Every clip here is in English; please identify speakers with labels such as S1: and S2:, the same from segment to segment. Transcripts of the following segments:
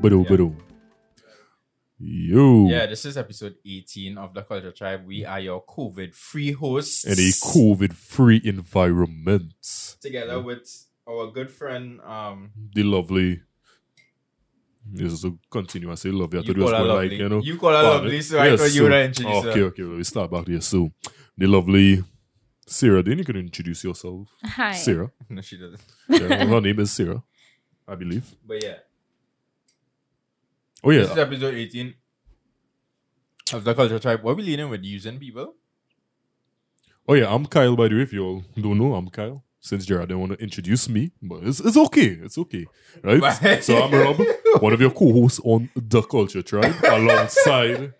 S1: Boom,
S2: Yeah.
S1: boom. Yo.
S2: Yeah, this is episode 18 of the Culture Tribe. We are your COVID free hosts.
S1: In a COVID free environment.
S2: Together with our good friend, um,
S1: The lovely. This is a continue. I say lovely. I
S2: you
S1: thought it
S2: call
S1: was
S2: her
S1: more
S2: lovely.
S1: like, you know.
S2: you call her
S1: but-
S2: lovely, so I
S1: yes,
S2: thought you
S1: so-
S2: were introducing
S1: Okay,
S2: her.
S1: okay. well, we start back there. So, the lovely Sarah. Then you can introduce yourself.
S3: Hi.
S1: Sarah.
S2: No, she doesn't.
S1: Yeah, well, her name is Sarah, I believe.
S2: But yeah,
S1: Oh,
S2: this is
S1: yeah.
S2: episode 18 of the Culture Tribe. What are we leading with? Using people?
S1: Oh, yeah. I'm Kyle, by the way. If you all don't know, I'm Kyle. Since Jared didn't want to introduce me, but it's, it's okay. It's okay. Right? so, I'm Rob. one of your co-hosts on the Culture Tribe, alongside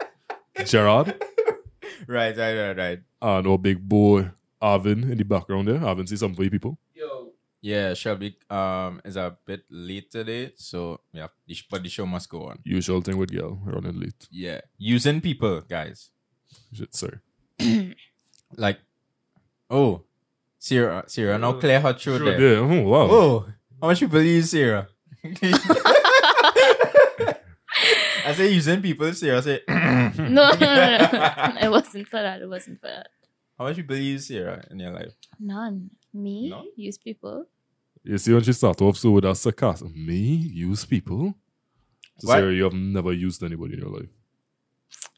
S1: Gerard
S2: Right, right, right, right.
S1: and our big boy Arvin in the background there. Arvin, see some for you people.
S2: Yo. Yeah, Shelby um is a bit late today, so yeah, the sh- but the show must go on.
S1: Usual thing with girl running late.
S2: Yeah, using people, guys.
S1: Shit, sorry.
S2: Like, oh, Sarah, Sarah, now clear her throat
S1: Sure,
S2: there.
S1: yeah. Oh, wow.
S2: Oh, how much people use Sarah? I say using people, Sarah. I say
S3: No, no, no, no. It wasn't for that. It wasn't for that.
S2: how much people use Sarah in your life?
S3: None. Me?
S2: None?
S3: Use people?
S1: You see when she start off so with that sarcasm. Me use people. So
S2: What?
S1: Sarah, you have never used anybody in your life.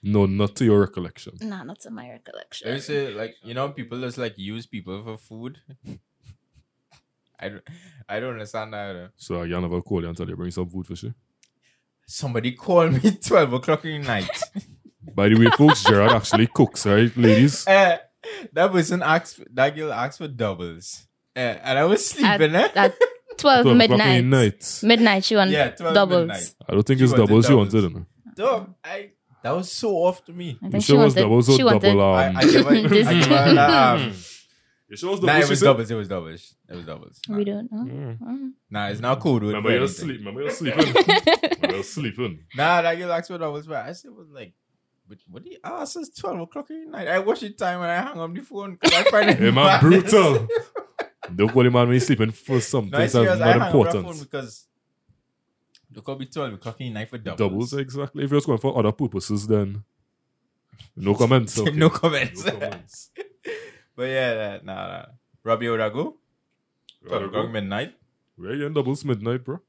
S1: No, not to your recollection.
S3: Nah, not to my recollection.
S2: Let me say, like, you know, people just like use people for food. I don't, I don't understand that. eh. Either.
S1: So I can never call you until you bring some food for sure.
S2: Somebody called me 12 o'clock in the night.
S1: By the way, folks, Gerard actually cooks, right, ladies?
S2: Eh, that person asked, that girl asked for doubles. Eh, and I was sleeping, eh?
S3: At 12,
S1: 12 o'clock in the
S3: midnight.
S1: night.
S3: Midnight, she won
S2: yeah, 12
S3: doubles.
S2: midnight.
S1: I don't think
S2: She
S1: it's
S2: wanted
S1: doubles. You
S2: doubles.
S1: wanted, no?
S2: Dog, I, that was so off to me.
S3: I
S1: You
S3: think she
S1: sure was
S3: wanted,
S1: doubles or
S3: she wanted
S1: double
S2: I,
S1: arm?
S2: I give her, I give her that, um,
S1: You sure was
S2: nah, it
S1: she
S2: was
S1: said?
S2: doubles, it was doubles. It was doubles. Nah,
S3: We don't know.
S1: Mm.
S3: Mm.
S2: nah it's not cool, dude.
S1: Remember you're sleep. Remember you're sleeping. Remember you're sleeping.
S2: Nah, that girl asked for doubles, but I said, was like, but what do you ah, ask? It's 12 o'clock in the night. I watch the time and I hang up the phone because I find it
S1: Hey man,
S2: madness.
S1: brutal. Don't call him man when he's sleeping for something
S2: No, it's
S1: that's
S2: serious. I hang
S1: not
S2: up the phone
S1: important.
S2: because the could be 12 o'clock in the night for doubles.
S1: Doubles eh? exactly. If you're going for other purposes, then no comments. Okay.
S2: no comments.
S1: No comments.
S2: but yeah, nah, nah. nah. Robbie Orago, 12 o'clock midnight.
S1: Where you in doubles midnight, bro?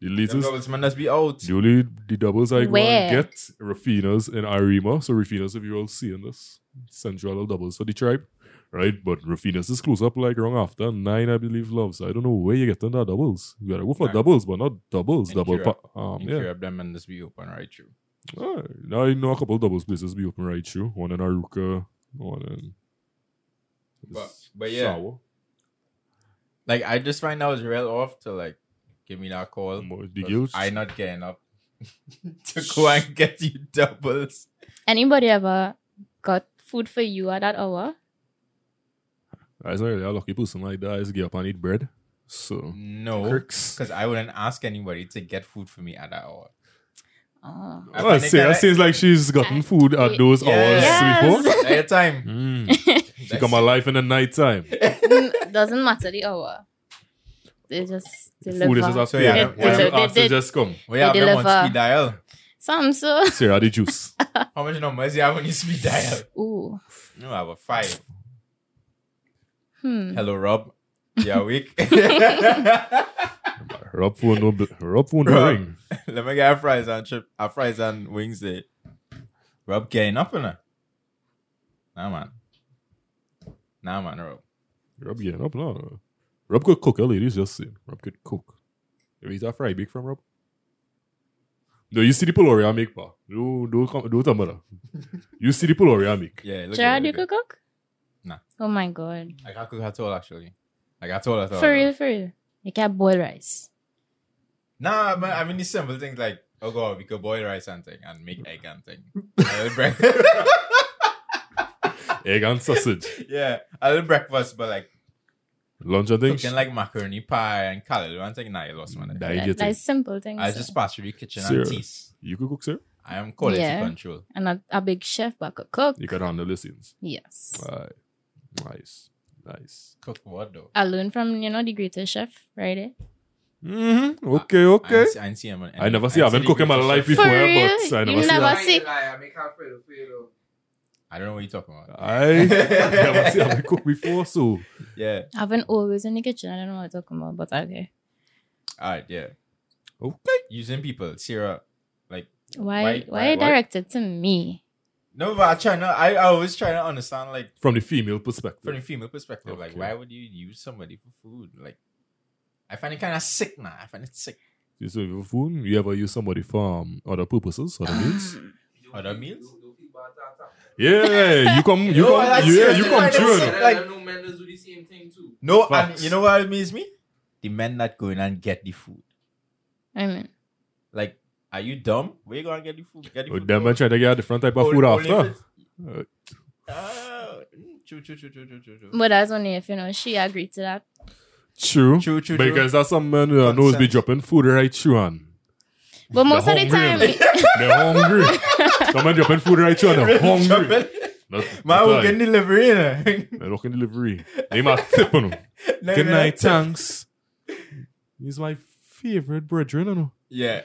S1: The
S2: Them
S1: latest.
S2: doubles man must be out.
S1: The only the doubles I
S3: Where?
S1: get Rafina's and Irima. So Rafina's, if you're all seeing this, central doubles for the tribe, right? But Rafina's is close up like wrong after nine, I believe. Love. So I don't know where you get under doubles. You gotta go for
S2: Right.
S1: doubles, but not doubles.
S2: And
S1: double.
S2: Europe.
S1: Pa- um,
S2: If
S1: yeah.
S2: you have them, man must be open, right? True.
S1: Ah, now I know a couple doubles places be open right through. One in Aruka, one in.
S2: But- but yeah.
S1: Sawa.
S2: Like, I just find I was real off to, like, give me that call.
S1: Mo- The
S2: 'cause
S1: girls.
S2: I not getting up to go and get you doubles.
S3: Anybody ever got food for you at that hour?
S1: That's not really a lucky person like that. I just get up and eat bread. So.
S2: No.
S1: Kirks.
S2: Because I wouldn't ask anybody to get food for me at that hour.
S3: Oh.
S2: I
S1: Oh, I
S2: find it
S1: see. It
S2: kinda-
S1: seems like she's gotten food at those
S2: Yes.
S1: hours before.
S2: At a time.
S1: Mm. She come alive in the night time.
S3: Mm, Doesn't matter the hour. They just deliver.
S1: Food is just
S2: So,
S1: after.
S2: yeah,
S1: Yeah,
S2: they-
S1: when
S2: they-
S1: you
S3: they-
S1: ask, it
S3: they-
S1: just come.
S2: We have
S3: They
S2: them on
S3: deliver.
S2: speed dial.
S3: Some so.
S1: Sarah, the juice.
S2: How much numbers you have on your speed dial?
S3: Ooh.
S2: No, I have a five.
S3: Hmm.
S2: Hello, Rob. You're awake.
S1: Rob phone no, bl- Rob phone no
S2: Bruh.
S1: ring.
S2: Let me get our fries and chip, our fries and wings there. Rob getting up in her. Nah, man. Nah, man, Rob.
S1: Rob getting up now. Rob could cook, eh, ladies. Just saying. Rob could cook. You eat that fried big from Rob? No, you see the pullover I make, pa. No, don't come, don't tell me that. You see the pullover I make.
S2: Yeah, look
S3: Gerard,
S2: at
S3: you
S2: it.
S3: could cook?
S2: Nah.
S3: Oh my god.
S2: I can't cook at all, actually. Like, at all, at all.
S3: for real, for real. You can boil rice.
S2: Nah, man, I mean, it's simple things like, oh god, we could boil rice and thing and make egg and thing. I will breakfast.
S1: Egg and sausage.
S2: yeah, I will breakfast, but like,
S1: Lunch and things. Mm,
S2: cooking like macaroni pie and callaloo and thing. Nah, you lost man.
S1: That
S3: That,
S1: idiot thing.
S3: that's simple things.
S2: I just pass through the kitchen
S1: Sure.
S2: and teas.
S1: You could cook, sir?
S2: I am quality
S3: Yeah.
S2: control.
S3: and a, a big chef back a cook.
S1: You could handle the scenes.
S3: Yes.
S1: Aye. Nice. Nice.
S2: Cook what though?
S3: I learned from, you know, the greatest chef right eh? there.
S1: Mm-hmm. Okay,
S2: Ah,
S1: okay.
S2: I ain't see him. on
S1: I never
S2: any-
S1: see. I've been
S2: the
S1: cooking my
S2: pictures.
S1: life
S3: For
S1: before,
S3: real?
S1: but I never
S3: You
S1: see.
S3: never-
S1: Never...
S4: I
S3: see-
S4: ain't lie, I make her feel feel though.
S2: I don't know what you're talking about.
S1: I never see. I've been cooked before, so
S2: Yeah.
S3: I've been always in the kitchen. I don't know what I'm talking about, but okay.
S2: All right. Yeah.
S1: okay.
S2: Using people. Sarah. Like,
S3: Why? Why,
S2: Why- why-
S3: you
S2: why?
S3: directed to me?
S2: no, but I try not. I, I always try to understand, like,
S1: From the female
S2: from the
S1: perspective,
S2: female perspective, like,
S1: Okay.
S2: why would you use somebody for food? Like, I find it kind of sick now. I find it sick.
S1: you serve your food. You ever use somebody for um, other purposes,
S2: Ah.
S1: other means?
S4: You
S2: Other
S4: feel-
S2: meals?
S4: you- you feel bad, that, that.
S1: Yeah, you come. You
S2: Yo,
S1: come.
S2: Oh, that's-
S1: Yeah,
S2: that's
S1: you come.
S2: like-
S1: June.
S2: that's-
S4: Let
S2: like-
S4: them know men does do the same thing too.
S2: No, and
S1: Facts.
S2: you know what amazes me? The men that go in and get the food.
S3: I mean,
S2: Like, are you dumb? Where you gonna get the food? Get the
S1: Oh,
S2: food.
S1: Them man try to get a different type of
S2: Only-
S1: food
S2: only
S1: after.
S2: if
S1: Uh,
S2: Ah, mm, True, true, true, true, true, true, true.
S3: but that's only if you know she agreed to that.
S1: True.
S2: True, true, true.
S1: Because that's some men who knows be
S2: Consent.
S1: dropping food right through on.
S3: But most of
S1: They're
S3: the time,
S1: hungry, They're hungry. some men dropping food right through and they're hungry. That-
S2: Man,
S1: that's
S2: we're
S1: right.
S2: getting delivery, you know?
S1: They're looking delivery. They must tip on them.
S2: No,
S1: Good
S2: no,
S1: night,
S2: no.
S1: thanks. He's my favorite brethren. I know.
S2: Yeah.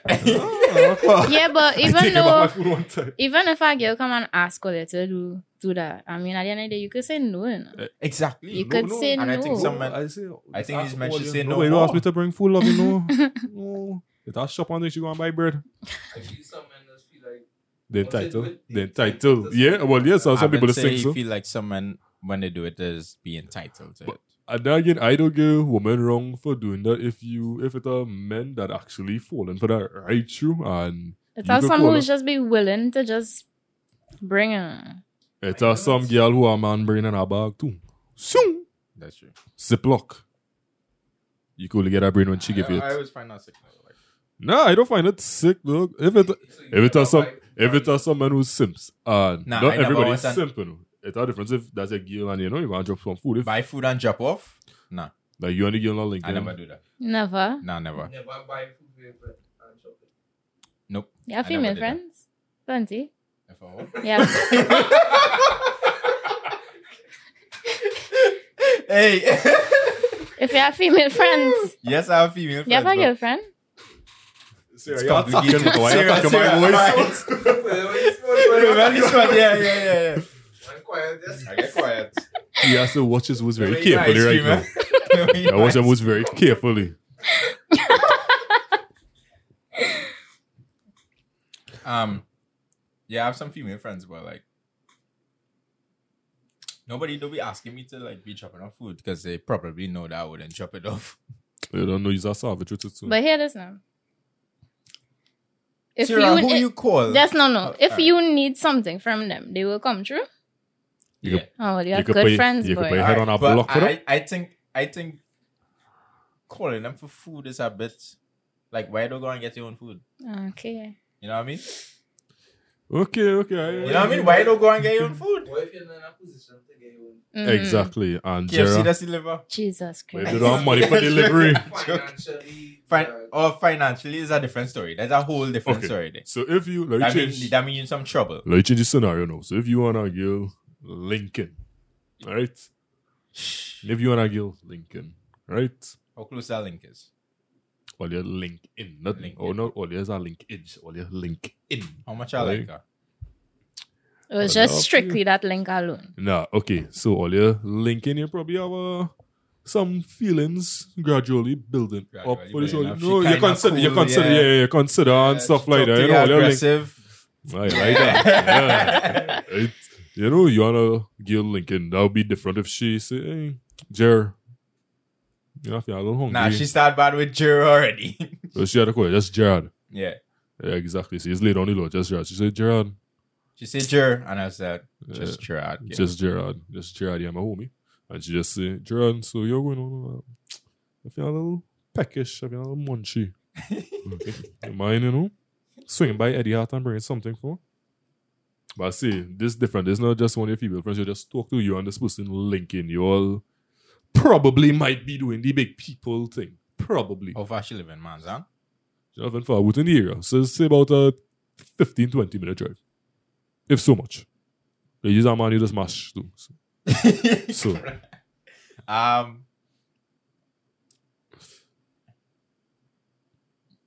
S3: yeah. But even
S1: take him out
S3: though,
S1: my food one time.
S3: even if a girl come and ask you to do do that, I mean, at the end of the day, you could say no. You know?
S2: exactly.
S3: You could say
S2: And I
S3: no.
S2: think some men-
S1: I, say,
S2: I think
S1: ask
S2: these men
S1: all
S2: should
S1: you-
S2: say no
S1: Nobody asked
S2: more.
S1: me to bring food, love, you know. no. If I shop on this, you go and buy bread.
S4: Actually, some men does feel like
S1: They're
S4: What's it
S1: entitled.
S4: with-
S1: They're entitled. Yeah, well, yes,
S2: I
S1: Oh, some
S2: would
S1: people just
S2: say
S1: think
S2: you
S1: so.
S2: feel like some men, when they do it, is being entitled to
S1: But-
S2: it.
S1: And then again, I don't give women wrong for doing that if you if it are men that actually falling for that right through and
S3: It's
S1: You
S3: all
S1: could
S3: someone who's
S1: follow.
S3: just be willing to just bring a
S1: it are some girl who a man bringing in her bag too. Soon.
S2: That's true.
S1: Ziploc. You could only get her brain when she give
S2: I,
S1: it.
S2: I always find that sick. though, Like,
S1: nah, I don't find it sick though. If it
S4: so you
S1: if it
S4: have a
S1: are some
S4: wife,
S1: if it
S4: right?
S1: are some man who simps and
S2: Nah, I
S1: not
S2: never
S1: everybody's
S2: understand.
S1: simping. you know. It's a difference if that's a girl and you know you want to drop some food. If
S2: buy food and drop off? Nah,
S1: like you and the girl not linking.
S2: I never do that.
S3: never.
S2: Nah, never.
S4: Never buy food with bread and chocolate.
S2: Nope.
S3: Yeah,
S2: never
S3: female
S2: did that.
S3: friends, plenty.
S2: If I want.
S3: Yeah,
S2: hey.
S3: if you have female friends,
S2: yes, I have female
S3: you have a
S2: friends. but
S3: girlfriend.
S2: It's
S1: You're attacking me,
S2: complicated.
S1: why you attacking
S2: Sarah,
S1: my
S2: Sarah,
S1: voice?
S4: Well, it's not-
S2: This one, yeah, yeah, yeah, yeah.
S4: I'm quiet, yes.
S2: I get quiet.
S1: He has to watch his words very
S2: Don't eat my
S1: carefully right now.
S2: ice cream, eh? Don't eat
S1: I
S2: my
S1: watch his
S2: ice-
S1: words very carefully.
S2: Um, yeah, I have some female friends, but like, nobody do be asking me to like be chopping off food because they probably know that I wouldn't chop it off.
S1: They don't know he's a savage with it
S2: Hmm.
S1: too.
S3: But hear this now. If
S2: Sarah,
S3: you,
S2: who
S3: it-
S2: you call?
S3: just no no.
S2: Oh,
S3: if
S2: alright.
S3: you need something from them, they will come true.
S1: You
S2: Yeah.
S3: Oh, well, you have
S1: could
S3: good
S1: pay-
S3: friends,
S1: you could
S3: boy.
S1: pay- head on a
S2: but
S1: block for
S2: I, I think I think calling them for food is a bit like why don't go and get your own food?
S3: Okay.
S2: You know what I mean?
S1: okay, okay. I-
S2: You know what I mean? Why don't go and get your own food?
S4: What if you're not in a position to get your own
S3: Mhm.
S1: Exactly. And
S2: KFC
S1: Jera,
S2: that's deliver.
S3: Jesus
S1: we
S3: Christ.
S1: do not have money for delivery.
S4: financially?
S2: Fin-
S4: uh,
S2: or financially is a different story. That's a whole different
S1: Okay.
S2: story. There.
S1: So if you let
S2: That
S1: me
S2: means
S1: change,
S2: that means you're in some trouble.
S1: let me change the scenario now. So if you want a girl, Lincoln, right? If you want a girl, Lincoln, right?
S2: How close that link is?
S1: All your link in, not
S2: Link
S1: or
S2: in.
S1: not all yours are link edge, all your link in.
S2: How much I like
S1: Like-
S2: her?
S3: It was
S1: Well,
S3: just
S1: no.
S3: strictly that link alone.
S1: Nah, okay. So all your link in, you probably have uh, some feelings gradually building up
S2: Gradually
S1: for the show.
S2: building up.
S1: No,
S2: She
S1: you
S2: kinda
S1: consider, you
S2: cool,
S1: consider,
S2: yeah.
S1: yeah, yeah, you consider
S2: Uh,
S1: and stuff like that. You know, all your link
S2: aggressive.
S1: I like that. Yeah. It, you know, you wanna give Lincoln. That would be different if she say, "Hey, Jer, you know, if you're a little hungry."
S2: Nah, she start bad with Jiro already.
S1: So she had a call. Just Gerard.
S2: yeah.
S1: Yeah, exactly. She's laid on the law. Just Gerard. She said, "Gerard,
S2: She said Jiro, and I said, just
S1: Yeah.
S2: Jiro. I'd get
S1: just Gerard, just Gerard. Yeah, my homie." And she just said, "Gerard, so you're going on uh, if you're a little peckish, if you're a little munchy, okay, you mind, you know, swinging by Eddie Hart and bringing something for." her?" But see, this different. It's not just one of your female friends. You just talk to you and this person linking. You all probably might be doing the big people thing. Probably.
S2: How far she live in Manzan?
S1: Jonathan far out in the area. So it's about a 15, 20 minute drive. If so much. They use our man, you just mash too. So, so
S2: Um,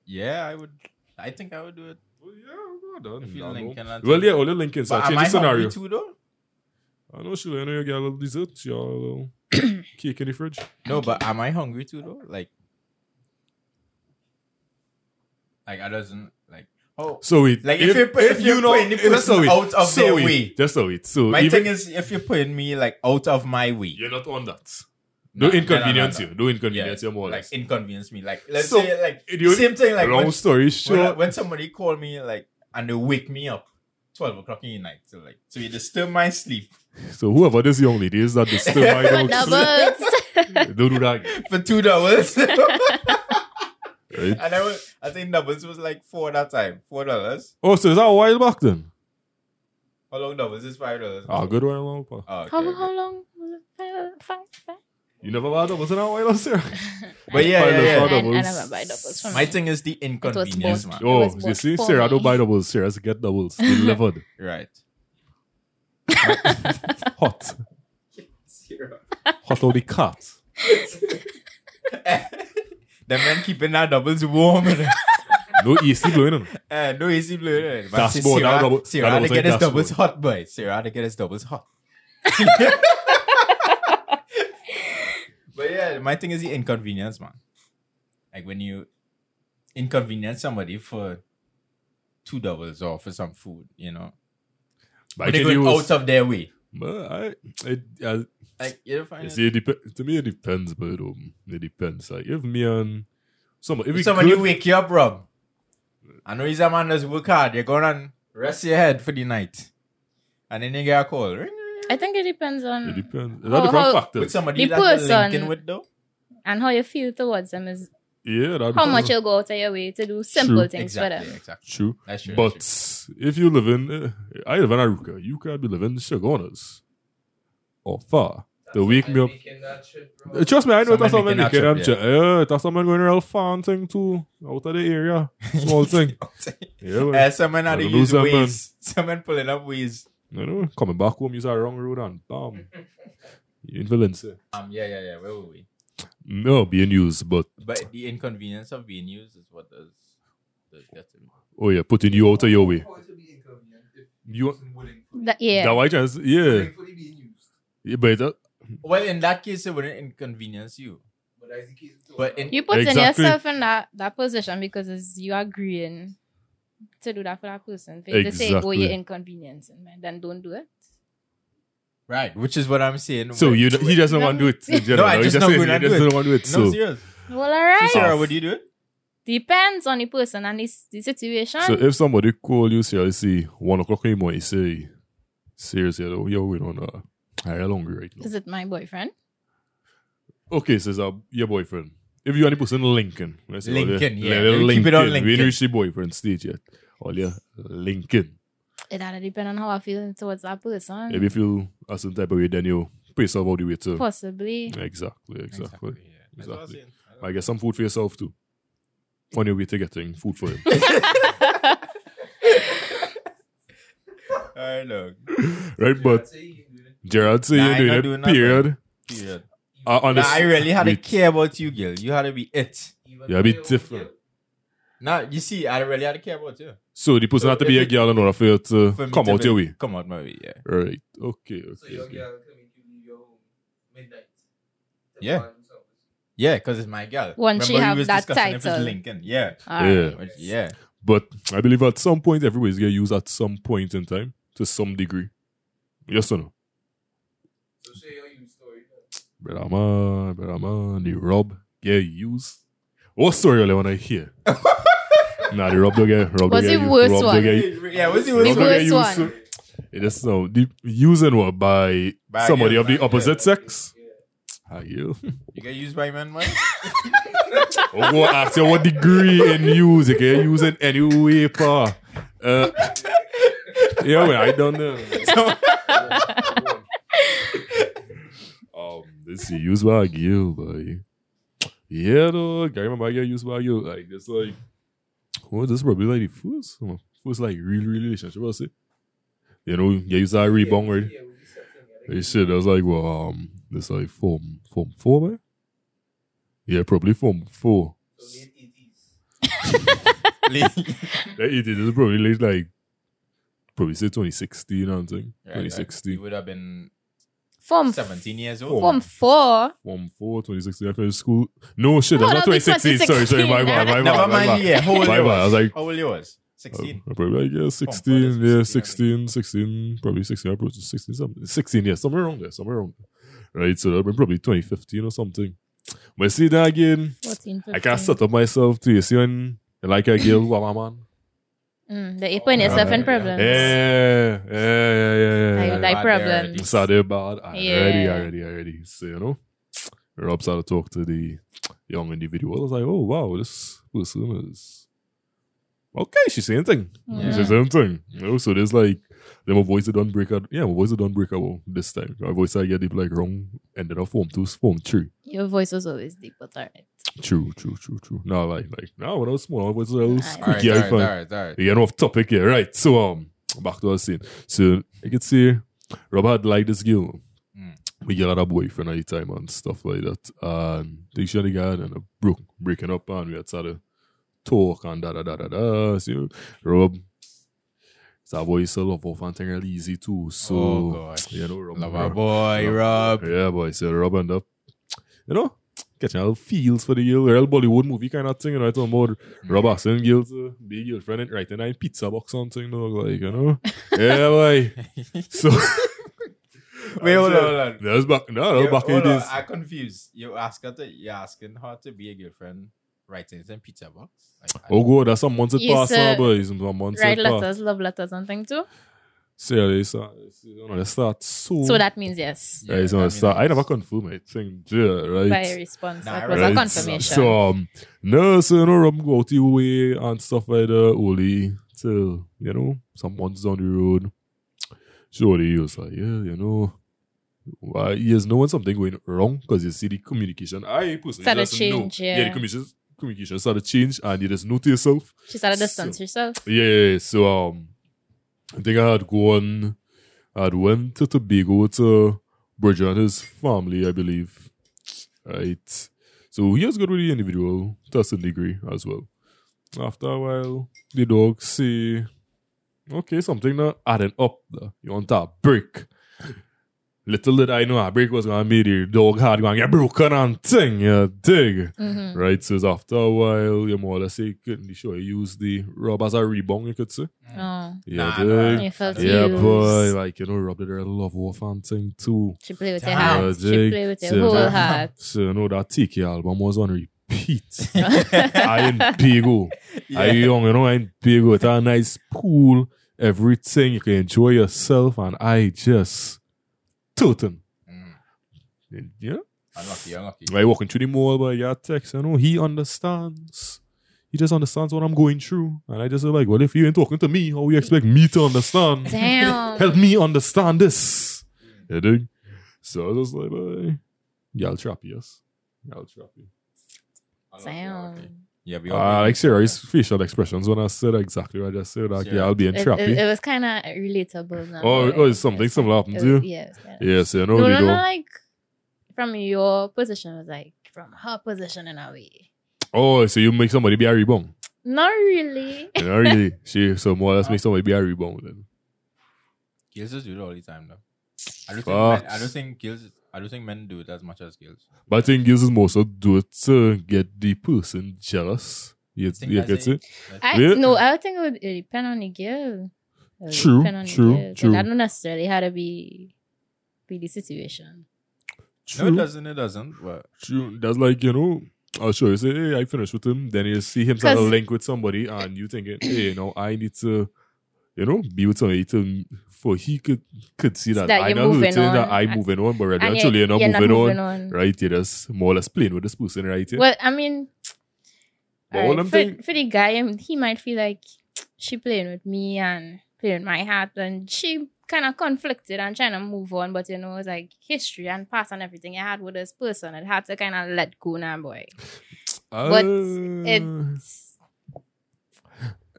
S2: Yeah, I would. I think I would do it.
S1: Well, yeah, well done.
S2: If you
S1: Nano.
S2: link and I
S1: Well,
S2: think-
S1: yeah, only Lincoln. So
S2: But
S1: I
S2: am
S1: change
S2: I
S1: the scenario.
S2: hungry too though?
S1: I know she'll. I know you got a little dessert. She got a little cake in the fridge.
S2: No, but am I hungry too though? Like, like I doesn't like. Oh,
S1: So eh, wait,
S2: Like, if you put- if you're
S1: know-
S2: putting the person
S1: so wait,
S2: out of
S1: so
S2: their
S1: wait,
S2: way.
S1: just so wait. So
S2: my
S1: even,
S2: thing is, if you're putting me like out of my way,
S1: you're not on that. No
S2: No, no, no,
S1: inconvenience
S2: no, no.
S1: you. No inconvenience you more. or
S2: like
S1: less.
S2: inconvenience me. Like, let's
S1: So,
S2: say like
S1: it- you-
S2: same thing. Like
S1: Long
S2: when,
S1: story
S2: when, I-
S1: short,
S2: when somebody call me like and they wake me up twelve o'clock in the night, so like so you disturb my sleep
S1: so whoever this young lady is that disturb my
S3: But
S1: dog sleep,
S3: doubles.
S1: don't do that. again,
S2: for two dollars.
S1: Right?
S2: And I, was, I think doubles was like four that time, four dollars.
S1: Oh, so is that a while back then?
S2: How long doubles is five dollars?
S1: Ah, good while back.
S2: Oh, okay,
S3: how,
S2: okay.
S3: how long? was it? Five, five, five?
S1: You never had a wasn't that a while back, sir?
S2: But yeah,
S1: Five
S2: yeah, yeah.
S1: dollars,
S3: I, I
S1: doubles.
S3: never buy doubles from
S2: My thing is the inconvenience,
S3: both.
S2: man.
S1: Oh,
S3: was
S1: you
S3: bought
S1: see,
S3: for
S1: Sarah, I don't
S3: me.
S1: buy doubles. Sarah, I get doubles delivered,
S2: Right.
S1: hot,
S4: Zero.
S1: hot on the cat.
S2: the man keeping our doubles warm. and-
S1: No AC blowing on.
S2: Eh, no easy blue. eh. But
S1: That's
S2: see,
S1: more, that double-
S2: Sarah,
S1: that
S2: Sarah had to
S1: was
S2: get
S1: like
S2: his
S1: that's
S2: doubles
S1: more.
S2: hot, boy. Sarah had to get his doubles hot. but yeah, my thing is the inconvenience, man. Like when you inconvenience somebody for two doubles or for some food, you know.
S1: But I
S2: But they
S1: can
S2: go
S1: use-
S2: out of their way.
S1: But I, it, I,
S2: Like you don't find
S1: you
S2: it.
S1: see, it dep- to me it depends, but um, it depends. Like if me and someone, if,
S2: If
S1: we
S2: somebody
S1: could-
S2: wake you up, Rob. I know he's a man that's work hard. You're gonna rest your head for the night. And then you get a call. Ring, ring, ring.
S3: I think it depends
S1: it
S3: on
S1: depends. Is
S3: How-
S1: that different
S3: how-
S2: With
S1: factors?
S2: somebody
S3: The
S2: that you're
S3: person-
S2: linking with though.
S3: and how you feel towards them is
S1: Yeah, that
S3: how much you go out of your way to do simple
S1: Uh, True.
S3: things for
S2: exactly,
S3: them.
S2: exactly.
S1: true.
S2: That's true.
S1: But
S2: that's
S1: if you live in, uh, I live in Aruka, you can be living in Chagonas or far.
S4: That's
S1: They wake
S4: why
S1: me up.
S4: I'm making that shit, bro.
S1: Uh, Trust me, I know that's
S2: Some men
S1: how
S2: making
S1: many
S2: that trip,
S1: can yeah. yeah, Eh, that's how many going around farm thing too, out of the area,
S2: true.
S1: small thing. Yeah,
S2: Eh,
S1: but,
S2: some men had to
S1: Gotta lose
S2: use
S1: them, man.
S2: ways. Some men pulling up ways.
S1: you know, coming back home, use a wrong road and bam, you in Valencia.
S2: Um, yeah, yeah, yeah. Where were we?
S1: eh? No, being used, but
S2: But the inconvenience of being used is what does. does get to me.
S1: oh yeah, putting you out of your way.
S4: How it would be inconvenient if
S1: You
S4: it wasn't willingfully-
S3: That, yeah.
S1: That why just yeah.
S4: willingfully being used.
S1: yeah but uh, that,
S2: Well, in that case, it wouldn't inconvenience you.
S4: But that's the case. too.
S2: But in-
S3: You putting
S1: Exactly.
S3: yourself in that, that position because it's, you agreeing to do that for that person. For you to say, oh,
S1: Exactly.
S3: you're inconveniencing me, then don't do it.
S2: Right, which is what I'm saying.
S1: so
S2: Where-
S1: you he doesn't
S3: No.
S1: want to do it. In general.
S2: I
S1: He
S2: just not
S1: says
S2: gonna
S1: he
S2: do
S1: just
S2: it.
S1: don't want to do it.
S2: No,
S1: So,
S2: serious.
S3: Well, all right.
S2: So Sarah, would you do it?
S3: Depends on the person and the, s- the situation.
S1: so if somebody call you, say, I see one o'clock in the morning, say, seriously, yo, yo, we don't know. I'm hungry right now.
S3: is it my boyfriend?
S1: Okay, says uh, your boyfriend. If you any person Lincoln, let's say, oh,
S2: Lincoln,
S1: le-
S2: yeah.
S1: le-
S2: Keep
S1: Lincoln.
S2: it on
S1: We ain't
S2: Lincoln.
S1: reached the boyfriend stage yet. Or yeah, Lincoln.
S3: It had to depend on how I feel towards that person.
S2: Mm.
S1: If you feel a certain type of way, then you pay yourself all the way to.
S3: Possibly.
S1: Exactly, exactly.
S2: yeah. That's what I was
S1: Exactly.
S2: saying. I don't-
S1: I get some food for yourself too. On your way to getting food for him.
S2: I know.
S1: right?
S4: Yeah,
S1: But
S4: I'd say you can do it.
S1: Gerard say
S2: Nah,
S1: you're
S2: I
S1: doing
S2: not
S1: it.
S2: doing nothing.
S1: period.
S2: Period.
S1: Uh, on
S2: Nah, I
S1: this,
S2: really had to
S1: Wait.
S2: care about you, girl. You had to be it.
S4: Even
S1: Yeah, a
S4: though
S1: bit
S4: you won't
S1: different.
S4: get-
S2: Now you see, I really had to care about you.
S1: so the person
S2: So
S1: have to be
S2: if
S1: a girl in order for you to
S2: For me
S1: come
S2: to
S1: out
S2: be-
S1: your way.
S2: Come out my way, yeah.
S1: Right. Okay.
S4: So
S1: Okay.
S4: your
S1: okay.
S4: girl can make you leave your home midnight. Then
S2: Yeah.
S4: find yourself.
S2: Yeah, because it's my girl.
S3: Once she
S2: Remember we
S3: have
S2: was
S3: that
S2: discussing If
S3: title.
S2: it's Lincoln, yeah.
S3: All right.
S1: Yeah.
S2: Which- yeah.
S1: But I believe at some point everybody's gonna use at some point in time to some degree. Yes or no?
S4: So share your you story.
S1: Brother man, brother man, the rub get used. What story you want to hear? nah, the rub don't get rub
S3: Was
S1: don't
S3: it
S1: get used,
S3: worse
S1: rub don't
S3: one?
S1: get-
S2: Yeah, what's the
S1: rub
S2: worst
S1: don't
S2: one?
S1: get
S3: Worse
S1: used
S3: one.
S1: to- It is no the using what by,
S2: By
S1: somebody
S2: you,
S1: of the
S2: by you.
S1: opposite sex.
S4: Yeah.
S1: Are you?
S2: You get used by men, man?
S1: Oh, go ask you what degree in use. You can use it any way, pa. Uh, yeah, well, I don't know. um, this is used by a girl, boy. Yeah, though. I remember I get used by a girl. Like, it's like, well, this probably like the first, first like real relationship, I say. You know, you use that rebound, right?
S4: Yeah, we just have to get it.
S1: Hey, shit, I was like, well, um, this like form, form four, man? Yeah, probably form four.
S4: So late 80s.
S2: Late-
S1: That it is probably late, like probably say 2016 or something.
S2: Yeah, Like,
S1: 2016.
S2: you would have been
S3: Form
S2: 17 years
S1: Oh,
S2: old.
S3: Form four.
S1: One four, 2016. I finished school. No shit,
S3: No,
S1: that's not
S3: that'll be
S1: 2016. Sorry, sorry, my bad, my bad.
S2: Never
S1: my
S2: mind,
S1: bad.
S2: yeah. How old
S1: My
S2: you
S1: bad, I was like-
S2: How old you was?
S1: Um,
S2: 16.
S1: I probably like, yeah, 16, yeah, 16, 16, probably 16, I probably 16, something, 16, yeah, somewhere around there, somewhere around there. Right, so that been probably 2015 or something. But see that again,
S3: 14,
S1: I can't set up myself to you see when I like a girl, wow, man.
S3: Mm, the appoint yourself in
S2: Yeah.
S3: problems.
S1: Yeah, yeah, yeah, yeah, yeah.
S3: I like
S2: Bad
S3: problems.
S1: So they're bad already,
S3: Yeah.
S1: already, already. So, you know, Rob started to talk to the young individual. I was like, oh, wow, this person is. Okay, she's saying thing.
S3: Mm.
S1: She's saying thing. You know, so there's like, then my voice don't break out. Yeah, my voice don't break out this time. My voice I get deep like wrong, ended up form two, form three.
S3: Your voice was always deep, but alright.
S1: True, true, true, true. No, like, like, no, when I was small, my voice was a little
S3: Alright,
S2: All right,
S1: squeaky.
S2: all
S1: I
S2: right, all
S1: find.
S2: right, all right.
S1: Yeah, off topic here, right? So um, back to our scene. So I could see Robert liked this girl.
S2: Mm.
S1: We got a boyfriend at the time and stuff like that. And they shot the guy and it broke breaking up and we had started talk and da da da da da. So Rob, that boy used to love off and thing really easy too. So
S2: Oh, gosh.
S1: you know, Rob,
S2: Love
S1: Rob-
S2: our boy, Rob.
S1: yeah, boy. So Rob end up, you know, catching all feels for the girl, real Bollywood movie kind of thing, you know. It's more Rob asking girl to uh, be a girlfriend and writing a pizza box something, dog, like, you know. yeah, boy. So
S2: Wait, hold on, hold on.
S1: that was back, no, that was
S2: You-
S1: back in
S2: hold on,
S1: this.
S2: I confused. You ask her to, you're asking her to be a girlfriend, writing it in pizza box. Like, I-
S1: Oh god, that's some months it
S3: Yes,
S1: passed,
S3: sir.
S1: now, boy. Some months
S3: Write
S1: it passed.
S3: letters, love letters, something too.
S1: Seriously, so, you know, they start so.
S3: So that means yes.
S1: Yeah, it's not
S2: that
S1: a start. I
S2: means-
S1: never confirm it. Thing, yeah, right.
S3: By response.
S2: Nah,
S3: that
S2: right.
S3: was
S1: Right.
S3: a confirmation.
S1: So, um, no, so you know, Rum go out your way and stuff like that, only till, you know, some months down the road. Surely he was like, yeah, you know, why he is knowing something going wrong because you see the communication. I personally
S3: Started
S1: just know.
S3: change, yeah.
S1: the communication, communication started change and you just know to yourself,
S3: She's at a distance herself.
S1: yeah, yeah, yeah. So um, I think I had gone, I had went to Tobago to Bridger uh, and his family, I believe. Right. So he has got with the individual to a certain degree as well. After a while, the dog say, "Okay, something not adding up. there. You want a break." Little did I know a break was gonna be the dog had gonna get broken and thing, you dig?
S3: Mm-hmm.
S1: Right, so it's after a while, you more or less say, couldn't be sure you use the rub as a rebound, you could say.
S3: Oh,
S1: Yeah,
S2: Nah, nah.
S1: dig.
S3: you felt
S1: yeah,
S3: used.
S1: boy, like, you know, rub the real love off and thing too.
S3: She played with your
S2: Yeah,
S3: heart. She
S1: dig.
S3: played with
S1: So
S3: your whole
S1: that-
S3: heart.
S1: So, you know, that TK album was on repeat. I in Pigo. I
S2: Yeah. Mm,
S1: young, you know, I in Pigo. It's a nice pool, everything, you can enjoy yourself, and I just tootin'.
S2: Mm.
S1: Yeah.
S2: Unlucky, unlucky.
S1: I walking through the mall, but I got text. I know he understands. He just understands what I'm going through. And I just like, well, if you ain't talking to me, how you expect me to understand?
S3: Damn.
S1: Help me understand this. You dig? So I was just like, boy, y'all trap yes. Y'all trap you.
S2: Unlucky, unlucky.
S3: Damn.
S2: Yeah, we all
S1: Uh, like
S2: been-
S1: serious facial expressions when I said exactly what I just said, like
S2: Serious.
S1: y'all being
S3: It, it,
S1: trappy.
S3: it was kind of relatable. Now,
S1: Oh,
S3: right?
S1: oh, it's something
S3: Yes.
S1: similar happened
S3: It
S1: to you.
S3: was- yeah, it was kinda-
S1: Yes, you know,
S3: no,
S1: you
S3: no,
S1: don't.
S3: no, like from your position, it was like from her position in a way.
S1: Oh, so you make somebody be a rebound.
S3: Not really.
S1: You know, really. She, so more or
S3: Uh-huh.
S1: less make somebody be a rebound then.
S2: Girls just do it all the time, though. I don't think men, I
S1: Fucks.
S2: don't think girls. I don't think men do it as much as girls.
S1: But I think this is more so do it to get the person jealous. You,
S2: I think
S1: you
S2: that's
S1: get
S2: it.
S1: it?
S2: That's-
S3: I
S1: Yeah.
S3: Eh, no, I would think it would it depend on the girl. It would
S1: True,
S3: depend on the
S1: true,
S3: girl. 'Cause
S1: true.
S3: I don't necessarily how to be be the situation.
S2: no, it
S1: True.
S2: doesn't. It doesn't. But
S1: true. That's like, you know, I'll show you, say, hey, I finished with him. Then you see him start a
S3: 'Cause-
S1: link with somebody and you thinking, hey, you know, I need to, you know, be with somebody to, for he could could see that,
S3: That
S1: I
S3: you're
S1: know
S3: moving
S1: saying that
S3: on.
S1: I moving on, but
S3: And
S1: actually you're not,
S3: you're
S1: moving, on. Right, you're just more or less playing with this person, right? here.
S3: Well, I mean,
S1: But
S3: alright,
S1: all I'm
S3: for,
S1: think-
S3: for the guy, um, he might feel like she playing with me and playing with my heart, and she kind of conflicted and trying to move on. But you know, it's like history and past and everything I had with this person, it had to kind of let go now, boy. but It's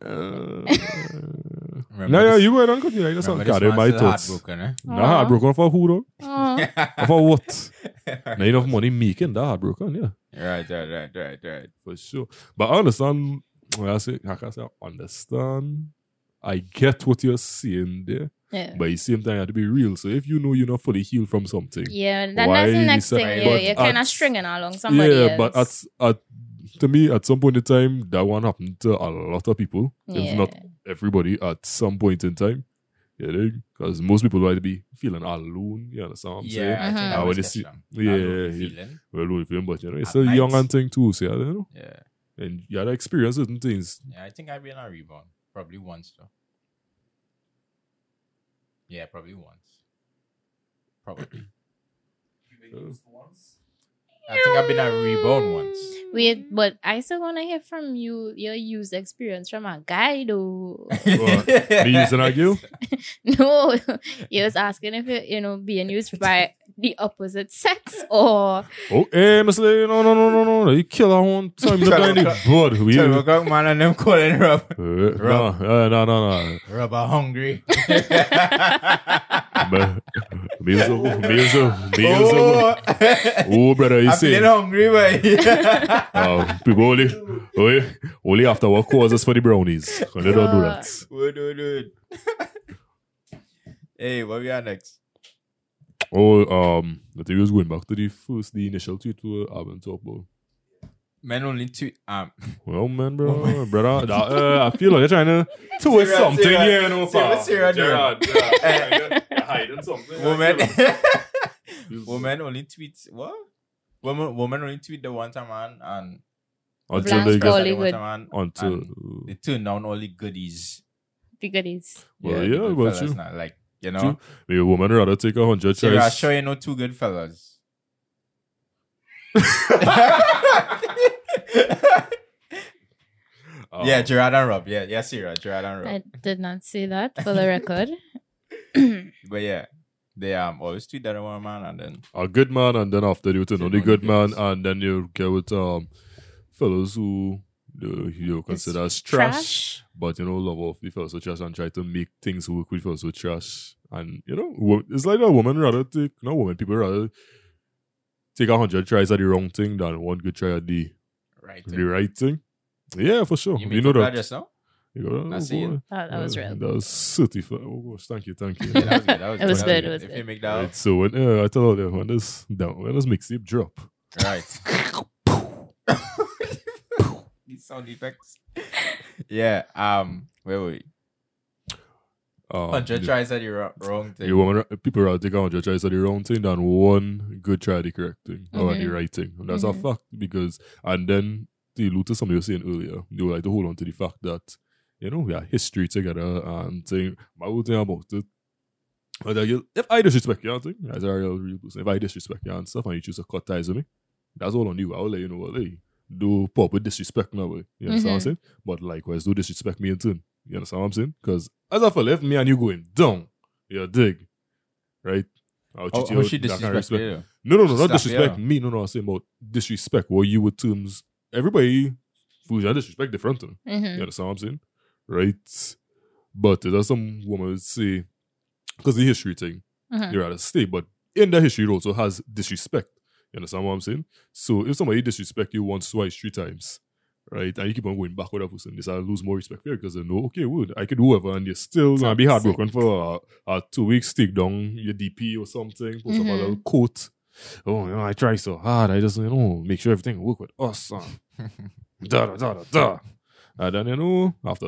S1: Uh, no, yeah, you go ahead and continue. I just can't
S2: remember this
S1: carry
S2: man's
S1: my
S2: still
S1: thoughts.
S2: heartbroken, eh?
S1: Not heartbroken for who though?
S3: Aw.
S1: For what?
S2: right,
S1: Not enough money making that heartbroken, yeah.
S2: right, right, right, right.
S1: For sure. But I understand well, that's it. Like I said, I understand. I get what you're saying there,
S3: Yeah.
S1: but at the same time, you have to be real. So if you know you're not fully healed from something,
S3: Yeah, that,
S1: Why
S3: that's the
S1: you
S3: next
S1: say-
S3: thing. You're,
S1: But
S3: you're kind
S1: at-
S3: of stringing along somebody
S1: yeah,
S3: else.
S1: but at, at to me, at some point in time, that one happened to a lot of people, if not everybody, at some point in time. You know, because most people like to be feeling alone. You understand what I'm saying?
S2: yeah, I
S3: Mhm.
S2: think I
S3: I
S2: always
S1: would
S2: get
S1: see-
S2: them.
S1: yeah,
S2: I know the
S1: yeah.
S2: feeling.
S1: Well, alone feeling, but you know, it's
S2: At
S1: a young
S2: times.
S1: and thing too. See, I don't know,
S2: Yeah,
S1: and you had to experience certain things.
S2: yeah. I think I've been a rebound probably once though. Yeah, probably once. Probably. I think I've been a rebound once.
S3: Wait, but I still want to hear from you your used experience from a guy though.
S1: Me using a girl?
S3: no, he was asking if it, you know being used by the opposite sex or
S1: Oh, hey, Miss Lady, no, no, no, no, no, no. You kill her one time. You die in the blood. We,
S2: So
S1: uh,
S2: we got man and them calling Rob.
S1: no, uh, no, no, no.
S2: Rob are hungry.
S1: But me also, me also, me also.
S2: oh, I'm
S1: Oh, brother, you see.
S2: feeling hungry, boy.
S1: Uh, people only, only, only after what causes for the brownies. And they don't do that.
S2: Wood, wood, wood. hey, what we are next?
S1: Oh, um, the thing was going back to the first, the initial tweet we haven't talked about.
S2: Men only tweet. Um,
S1: Well, man,
S2: Oh
S1: bro, brother, that, uh, I feel like you're trying to twist
S2: Sarah,
S1: something
S2: Sarah.
S1: here, you know,
S2: See what
S1: pal.
S2: Sarah doing.
S1: Gerard, Gerard, Gerard, you're hiding something.
S2: woman,
S1: You're-
S2: woman only tweets. What? Woman, woman only tweet the one time man and
S1: until they
S3: Blanche
S1: get
S3: Ollie. Hollywood.
S2: The one time man,
S1: until
S2: they turn down all the goodies.
S3: the goodies.
S1: Well,
S2: the
S1: yeah,
S2: good
S1: but
S2: fellas
S1: you-
S2: now, like you know,
S1: you- maybe a woman rather take a hundred
S2: so you are
S1: tries.
S2: sure you know two good fellas.
S1: Uh,
S2: yeah, Gerard and Rob. Yeah, yeah, Sarah, Gerard and Rob.
S3: I did not say that for the record.
S2: But yeah, they um always tweet that one man and then
S1: a good man, and then after you turn
S2: Turn
S1: on the
S2: on the
S1: good man,
S2: goodies.
S1: and then you get with um fellows who you, you consider as trash,
S3: Trash.
S1: but you know love off the fellows with trash and try to make things work with fellows with trash, and you know wo- it's like a woman rather take not woman people rather take a hundred tries at the wrong thing than one good try at the,
S2: right.
S1: the right thing. Yeah, for sure. You,
S2: mean
S1: know
S2: from
S1: that.
S2: Just now?
S1: You know,
S2: I see it.
S1: boy.
S3: Oh, That, that was
S1: Yeah,
S3: real.
S1: That was certified. Oh gosh, thank you, thank you.
S2: Yeah, that was good. That was
S3: It was
S2: that
S3: good, it was
S2: if
S3: good.
S2: you make that
S1: Right, so when uh, I told you when this down when this mixtape drop,
S2: right. These sound effects. yeah. Um. Wait. Wait.
S1: um,
S2: Hundred
S1: the-
S2: tries at the wro- wrong thing.
S1: the woman, people rather take hundred tries at the wrong thing than one good try at the correct thing or at the
S3: Mhm.
S1: right thing. And that's
S3: Mhm.
S1: a fact because and then the loot to something you were saying earlier, they were like to hold on to the fact that you know we have history together and thing. My whole thing about it. I tell you, If I disrespect you, I think as a real, real person, if I disrespect you and stuff, and you choose to cut ties with me, that's all on you. I will let you know what hey, do pop with disrespect now. eh? You understand what I'm
S3: Mhm.
S1: saying? But likewise, do disrespect me in turn. You understand what I'm saying? Because as I fell left me and you going down, you dig, right? I'll
S2: Oh,
S1: treat
S2: oh,
S1: you
S2: she
S1: that kind of
S2: disrespected
S1: respect.
S2: you.
S1: No, no, no,
S2: She
S1: not
S2: slapped
S1: disrespect
S2: you.
S1: me. No, no, I'm saying about disrespect. What you with terms, everybody fools and disrespect different. term.
S3: Mhm.
S1: You understand what I'm saying? Right? But there's some woman would say, because the history thing,
S3: Mhm.
S1: you're at a state. But in that history, it also has disrespect. You understand what I'm saying? So if somebody disrespect you once, twice, three times, right, and you keep on going back with that person, this I lose more respect for you because they know, okay, would I could do whatever, and you're still gonna be
S3: Toxic.
S1: heartbroken for a, a two week stick down your DP or something, put some
S3: Mhm.
S1: little coat. Oh, you know, I try so hard. I just you know make sure everything work with us. uh, da da da da da. And then you know after.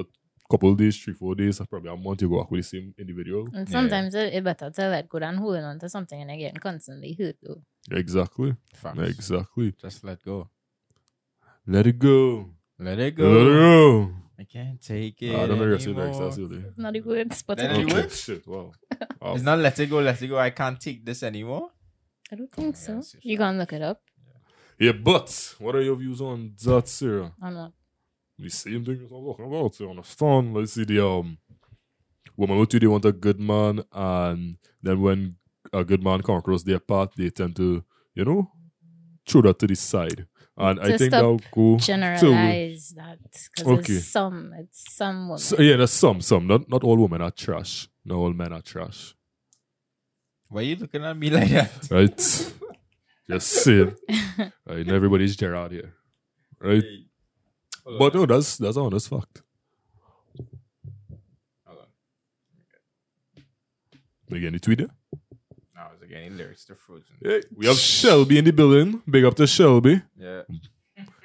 S1: Couple days, three, four days, probably a month, you go back with the same individual.
S3: And
S2: Yeah.
S3: sometimes it, it better to let go than holding on to something and getting constantly hurt though.
S1: Exactly,
S2: Facts.
S1: exactly.
S2: Just let go.
S1: Let it go.
S2: Let it
S1: Let it
S2: go.
S1: go.
S2: I can't take it.
S1: I don't know
S2: anymore.
S1: your lyrics. That's silly.
S3: Not the words, but
S2: Then you
S3: I
S2: Okay. would?
S1: Shit. Wow. Oh,
S2: It's not let it go. Let it go. I can't take this anymore.
S3: don't think so.
S2: Yes, yes,
S3: You gonna look it up
S1: yeah, but what are your views on that, Sarah?
S3: or not?
S1: The Oh, same thing you're talking about. You understand? Let's see the um woman who they want a good man, and then when a good man comes across their path, they tend to, you know, throw that to the side. And I
S3: To
S1: think
S3: stop
S1: that'll go.
S3: Generalize that because
S1: Okay.
S3: it's some, it's some women.
S1: So, yeah, there's some, some. Not not all women are trash. Not all men are trash.
S2: Why you looking at me like that?
S1: Right? Just saying. Right, and everybody's Gerard here. Right?
S2: Hold
S1: But
S2: on.
S1: no, that's that's an honest fact.
S2: Hold on.
S1: We get any tweet there?
S2: Now I was getting lyrics to Frozen.
S1: Hey, we have Shelby in the building. Big up to Shelby.
S2: Yeah.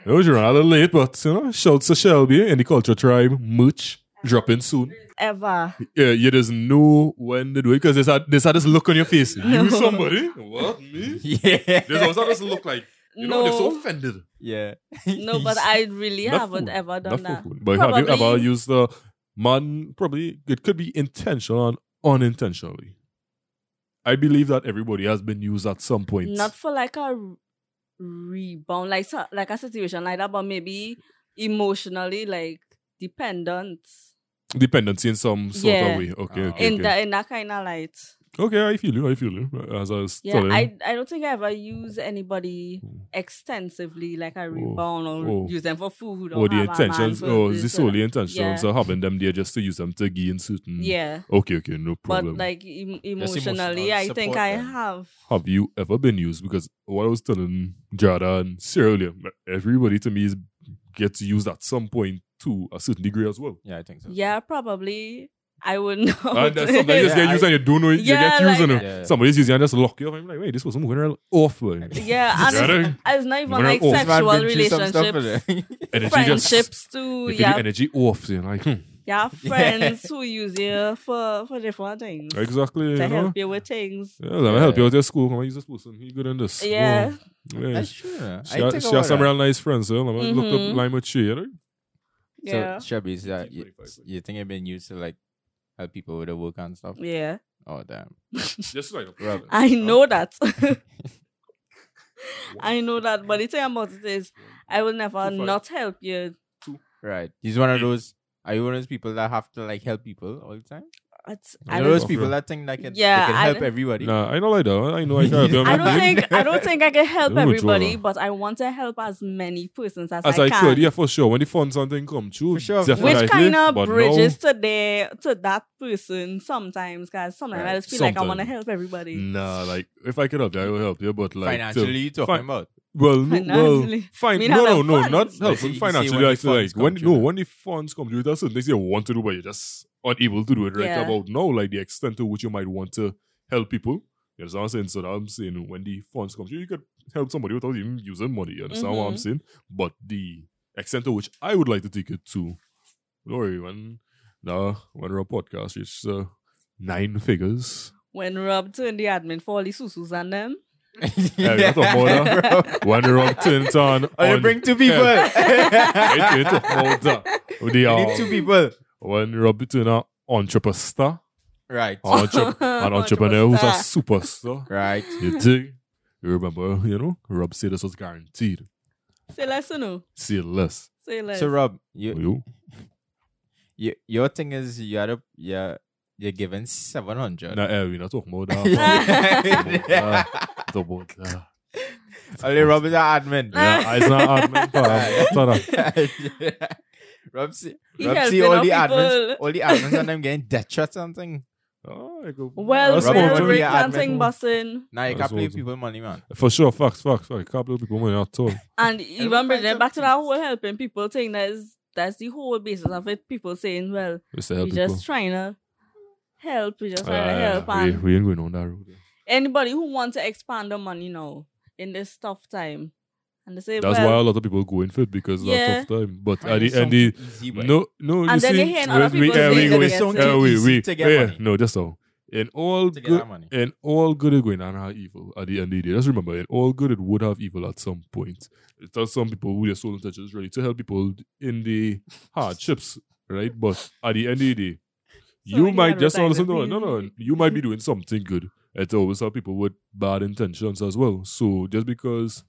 S1: It was rather late, but you know, shouts to Shelby and the Culture Tribe merch dropping soon.
S5: Ever.
S1: Yeah, you just know when to do it because there's a there's a this look on your face. You somebody? What me?
S2: Yeah.
S1: There's also this look like you know they're so offended.
S2: Yeah.
S5: no, but I really
S1: Not
S5: haven't
S1: food,
S5: ever
S1: Not
S5: done that.
S1: for food. But have you ever
S5: Probably-
S1: used the man? Probably it could be intentional and unintentionally. I believe that everybody has been used at some point.
S5: Not for like a r- rebound, like so- like a situation like that, but maybe emotionally like dependent
S1: dependency in some sort
S5: Yeah.
S1: of way. Okay,
S2: Ah.
S1: okay,
S5: in
S1: okay.
S5: that in that kind of light.
S1: okay. I feel you. I feel you. As I was
S5: Yeah,
S1: telling,
S5: I I don't think I ever use anybody extensively like a rebound or
S1: oh.
S5: use them for food or,
S1: or the
S5: have a man
S1: intentions,
S5: for
S1: or
S5: this
S1: the
S5: or
S1: solely
S5: that.
S1: intentions
S5: Yeah.
S1: of having them there just to use them to gain certain.
S5: Yeah,
S1: Okay, okay, no
S5: but
S1: problem.
S5: like em- emotionally,
S2: emotional
S5: I think
S2: support
S5: I
S2: them.
S5: have.
S1: have you ever been used? Because what I was telling Jada and Sarah earlier, everybody to me is gets used at some point to a certain degree as well.
S2: Yeah, I think so.
S5: Yeah, probably I would know.
S1: And Uh, that's something you just
S2: Yeah,
S1: get used
S2: I-
S1: and you don't know it, you
S5: Oh, Yeah,
S1: get used
S5: like-
S1: and
S2: Yeah.
S1: somebody's using it and just lock you up. I'm like, wait, this was some real off, man. and
S5: yeah, and it's-
S1: Jada?
S5: It's not even
S1: When I-
S5: like
S1: oh.
S5: sexual relationships,
S1: energy just,
S5: friendships too.
S1: you feel the
S5: Yeah,
S1: energy off, so you're like, hmm,
S5: yeah, friends who use you for for different things
S1: exactly,
S5: to
S1: you know?
S5: help you with things.
S1: Yeah, let me
S2: Yeah.
S1: help you out at school. Come on, use this person. He good in this.
S5: Yeah.
S1: Oh, yeah.
S2: That's
S1: She,
S2: true. I
S1: ha-
S2: think
S1: she
S2: about
S1: has some
S2: that.
S1: real nice friends. So let me look
S5: Mhm.
S1: up Lima Chi. You know?
S5: Yeah,
S2: So, Shabby, is that you,
S1: 25, like-
S2: you think I've been used to like help people with their work and stuff?
S5: yeah,
S2: Oh, damn.
S1: Just like a
S2: Rob.
S5: I know that. I know that, but the thing about it is, I will never
S1: Two five.
S5: not help you.
S2: Right. He's one of those. Are you one of those people that have to like help people all the time?
S5: It's-
S2: You
S5: I
S2: know
S5: don't,
S2: those people that think that can, they
S5: Yeah,
S2: can
S5: I
S2: help
S5: don't-
S2: everybody.
S1: Nah, I know like that. I know I can help you.
S5: I don't think I don't think I can help
S1: Don't withdraw
S5: everybody,
S1: that.
S5: but I want to help as many persons as,
S1: As I,
S5: can.
S1: could, yeah, for sure. When the funds and thing come true,
S2: For sure.
S1: definitely.
S5: Which kind of
S1: but
S5: bridges to their to that person sometimes, guys. Sometimes I
S2: Right.
S5: just feel like I want to
S1: Sometimes.
S5: help everybody.
S1: No, nah, like if I could help you, I will help you. But like, to-
S2: Financially, you talking
S1: fi-
S2: about?
S1: well, no, well,
S5: Financially.
S1: fine.
S5: Mean
S1: No, no,
S5: having
S1: no,
S5: funds.
S1: not
S2: But you-
S1: helping
S2: you see
S1: financially.
S2: when the
S1: Like, so, like
S2: funds
S1: when
S2: come
S1: no,
S2: through.
S1: when the funds come through, that's things you want to do, but you're just unable to do it right
S5: Yeah.
S1: about now. Like the extent to which you might want to help people. You understand what I'm saying? So that I'm saying when the funds come through, you could help somebody without even using money. You understand what I'm
S5: Mhm.
S1: saying? But the extent to which I would like to take it to, don't worry, when now when our podcast reaches uh, nine figures.
S5: When Rob turned the admin for all the susus and them.
S1: Yeah, that's a mother. When you're up Tinton,
S2: Oh, you
S1: on-
S2: bring two people.
S1: Yeah, it- it's a mother. The,
S2: You
S1: um,
S2: need two people.
S1: When you're up to an entrepreneur,
S2: Right.
S1: entrep-
S5: Uh,
S1: an entrepreneur who's a superstar,
S2: Right.
S1: you dig? You remember, you know, Rob said this was guaranteed.
S5: Say less, you know.
S1: Say less.
S5: Say less.
S2: So Rob, you,
S1: You?
S2: you your thing is you had a yeah you're given seven hundred.
S1: Nah, eh, we're not talking about that. man.
S2: yeah.
S1: It's about that.
S2: Only Rob is an admin.
S1: Yeah, it's not hard, man. It's not hard.
S2: Rob see,
S5: He
S2: Rob see
S5: helping
S2: all
S5: out
S2: the admins,
S5: people.
S2: all the admins, and I'm getting death threats and something.
S1: Oh, I go-
S5: well,
S1: That's
S2: Rob
S1: what I'm
S2: is
S5: well,
S1: talking
S2: already
S5: Rick
S2: an
S5: Planting
S2: admin.
S5: busting.
S2: Now you
S1: That's
S2: can't play
S1: awesome.
S2: people money, man.
S1: For sure, facts, facts, facts. Can't believe people money at all.
S5: And even
S2: find
S5: bringing
S2: some
S5: it back to that
S2: peace.
S5: whole helping people thing, that is that's the whole basis of it. People saying, Well,
S1: It's to
S5: we're
S1: help people.
S5: just trying to help, we're just trying to
S1: Yeah,
S5: help
S1: yeah,
S5: and
S1: we, we ain't going on that road.
S5: anybody who wants to expand their money now in this tough time. And they say,
S1: That's why
S5: well,
S1: a lot of people go in for it because
S5: Yeah.
S1: that's tough time. But at
S2: Find
S1: the
S2: some
S1: end, the,
S2: easy way.
S1: no, no, you
S5: And then
S1: see,
S5: they hear other
S1: we, we,
S5: people
S1: eh,
S5: say
S1: we,
S5: that
S1: we,
S5: it's so
S1: eh, we,
S2: easy
S1: we,
S2: to get
S1: eh,
S2: money.
S1: no, just so. In all
S2: To get
S1: good,
S2: that money.
S1: in all good it going and have evil at the end of the day. Just remember, in all good it would have evil at some point. There's some people who their soul intention is ready to help people in the hardships, right? But at the end of the day, you
S5: many
S1: might just
S5: advertising
S1: also know, no,
S5: people.
S1: no, you might be doing something good. It's always have people with bad intentions as well. So just because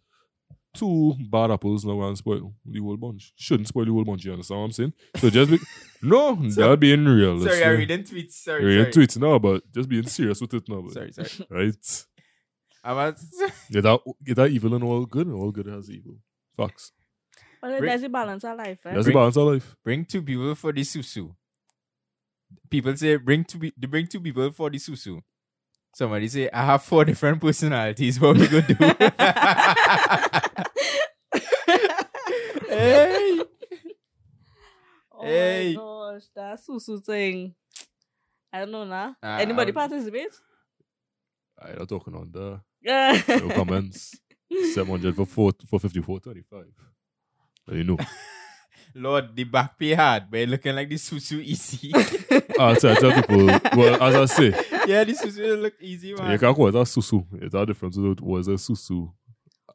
S1: two bad apples not gonna spoil the whole bunch, shouldn't spoil the whole bunch. You understand what I'm saying? So just be no, that being real.
S2: Sorry,
S1: so-
S2: I reading tweets. Sorry,
S1: Reading
S2: sorry.
S1: tweets now, but just being serious with it now, but,
S2: Sorry, sorry.
S1: right?
S2: I'm at-
S1: Get that, get that evil and all good, and all good has evil. Facts.
S5: well,
S2: Rick-
S5: there's a balance of life. Eh?
S1: That's the
S2: Bring-
S1: balance of life.
S2: bring two people for the susu. People say bring two pe- they bring two people for the susu. Somebody say I have four different personalities. What we gonna do? hey,
S5: Oh
S2: Hey.
S5: my gosh, that susu thing. I don't know now.
S2: Ah,
S5: Anybody
S2: I would-
S5: participate?
S1: I'm not talking on that.
S5: Yeah.
S1: No comments. 700 for, four, for 54.35. There you know.
S2: Lord, the back pay hard, but it looking like the susu easy.
S1: Ah, I tell, I tell people, well, as I say,
S2: yeah, the susu look easy,
S1: you
S2: man.
S1: can't call it a susu. It's a difference with was a susu.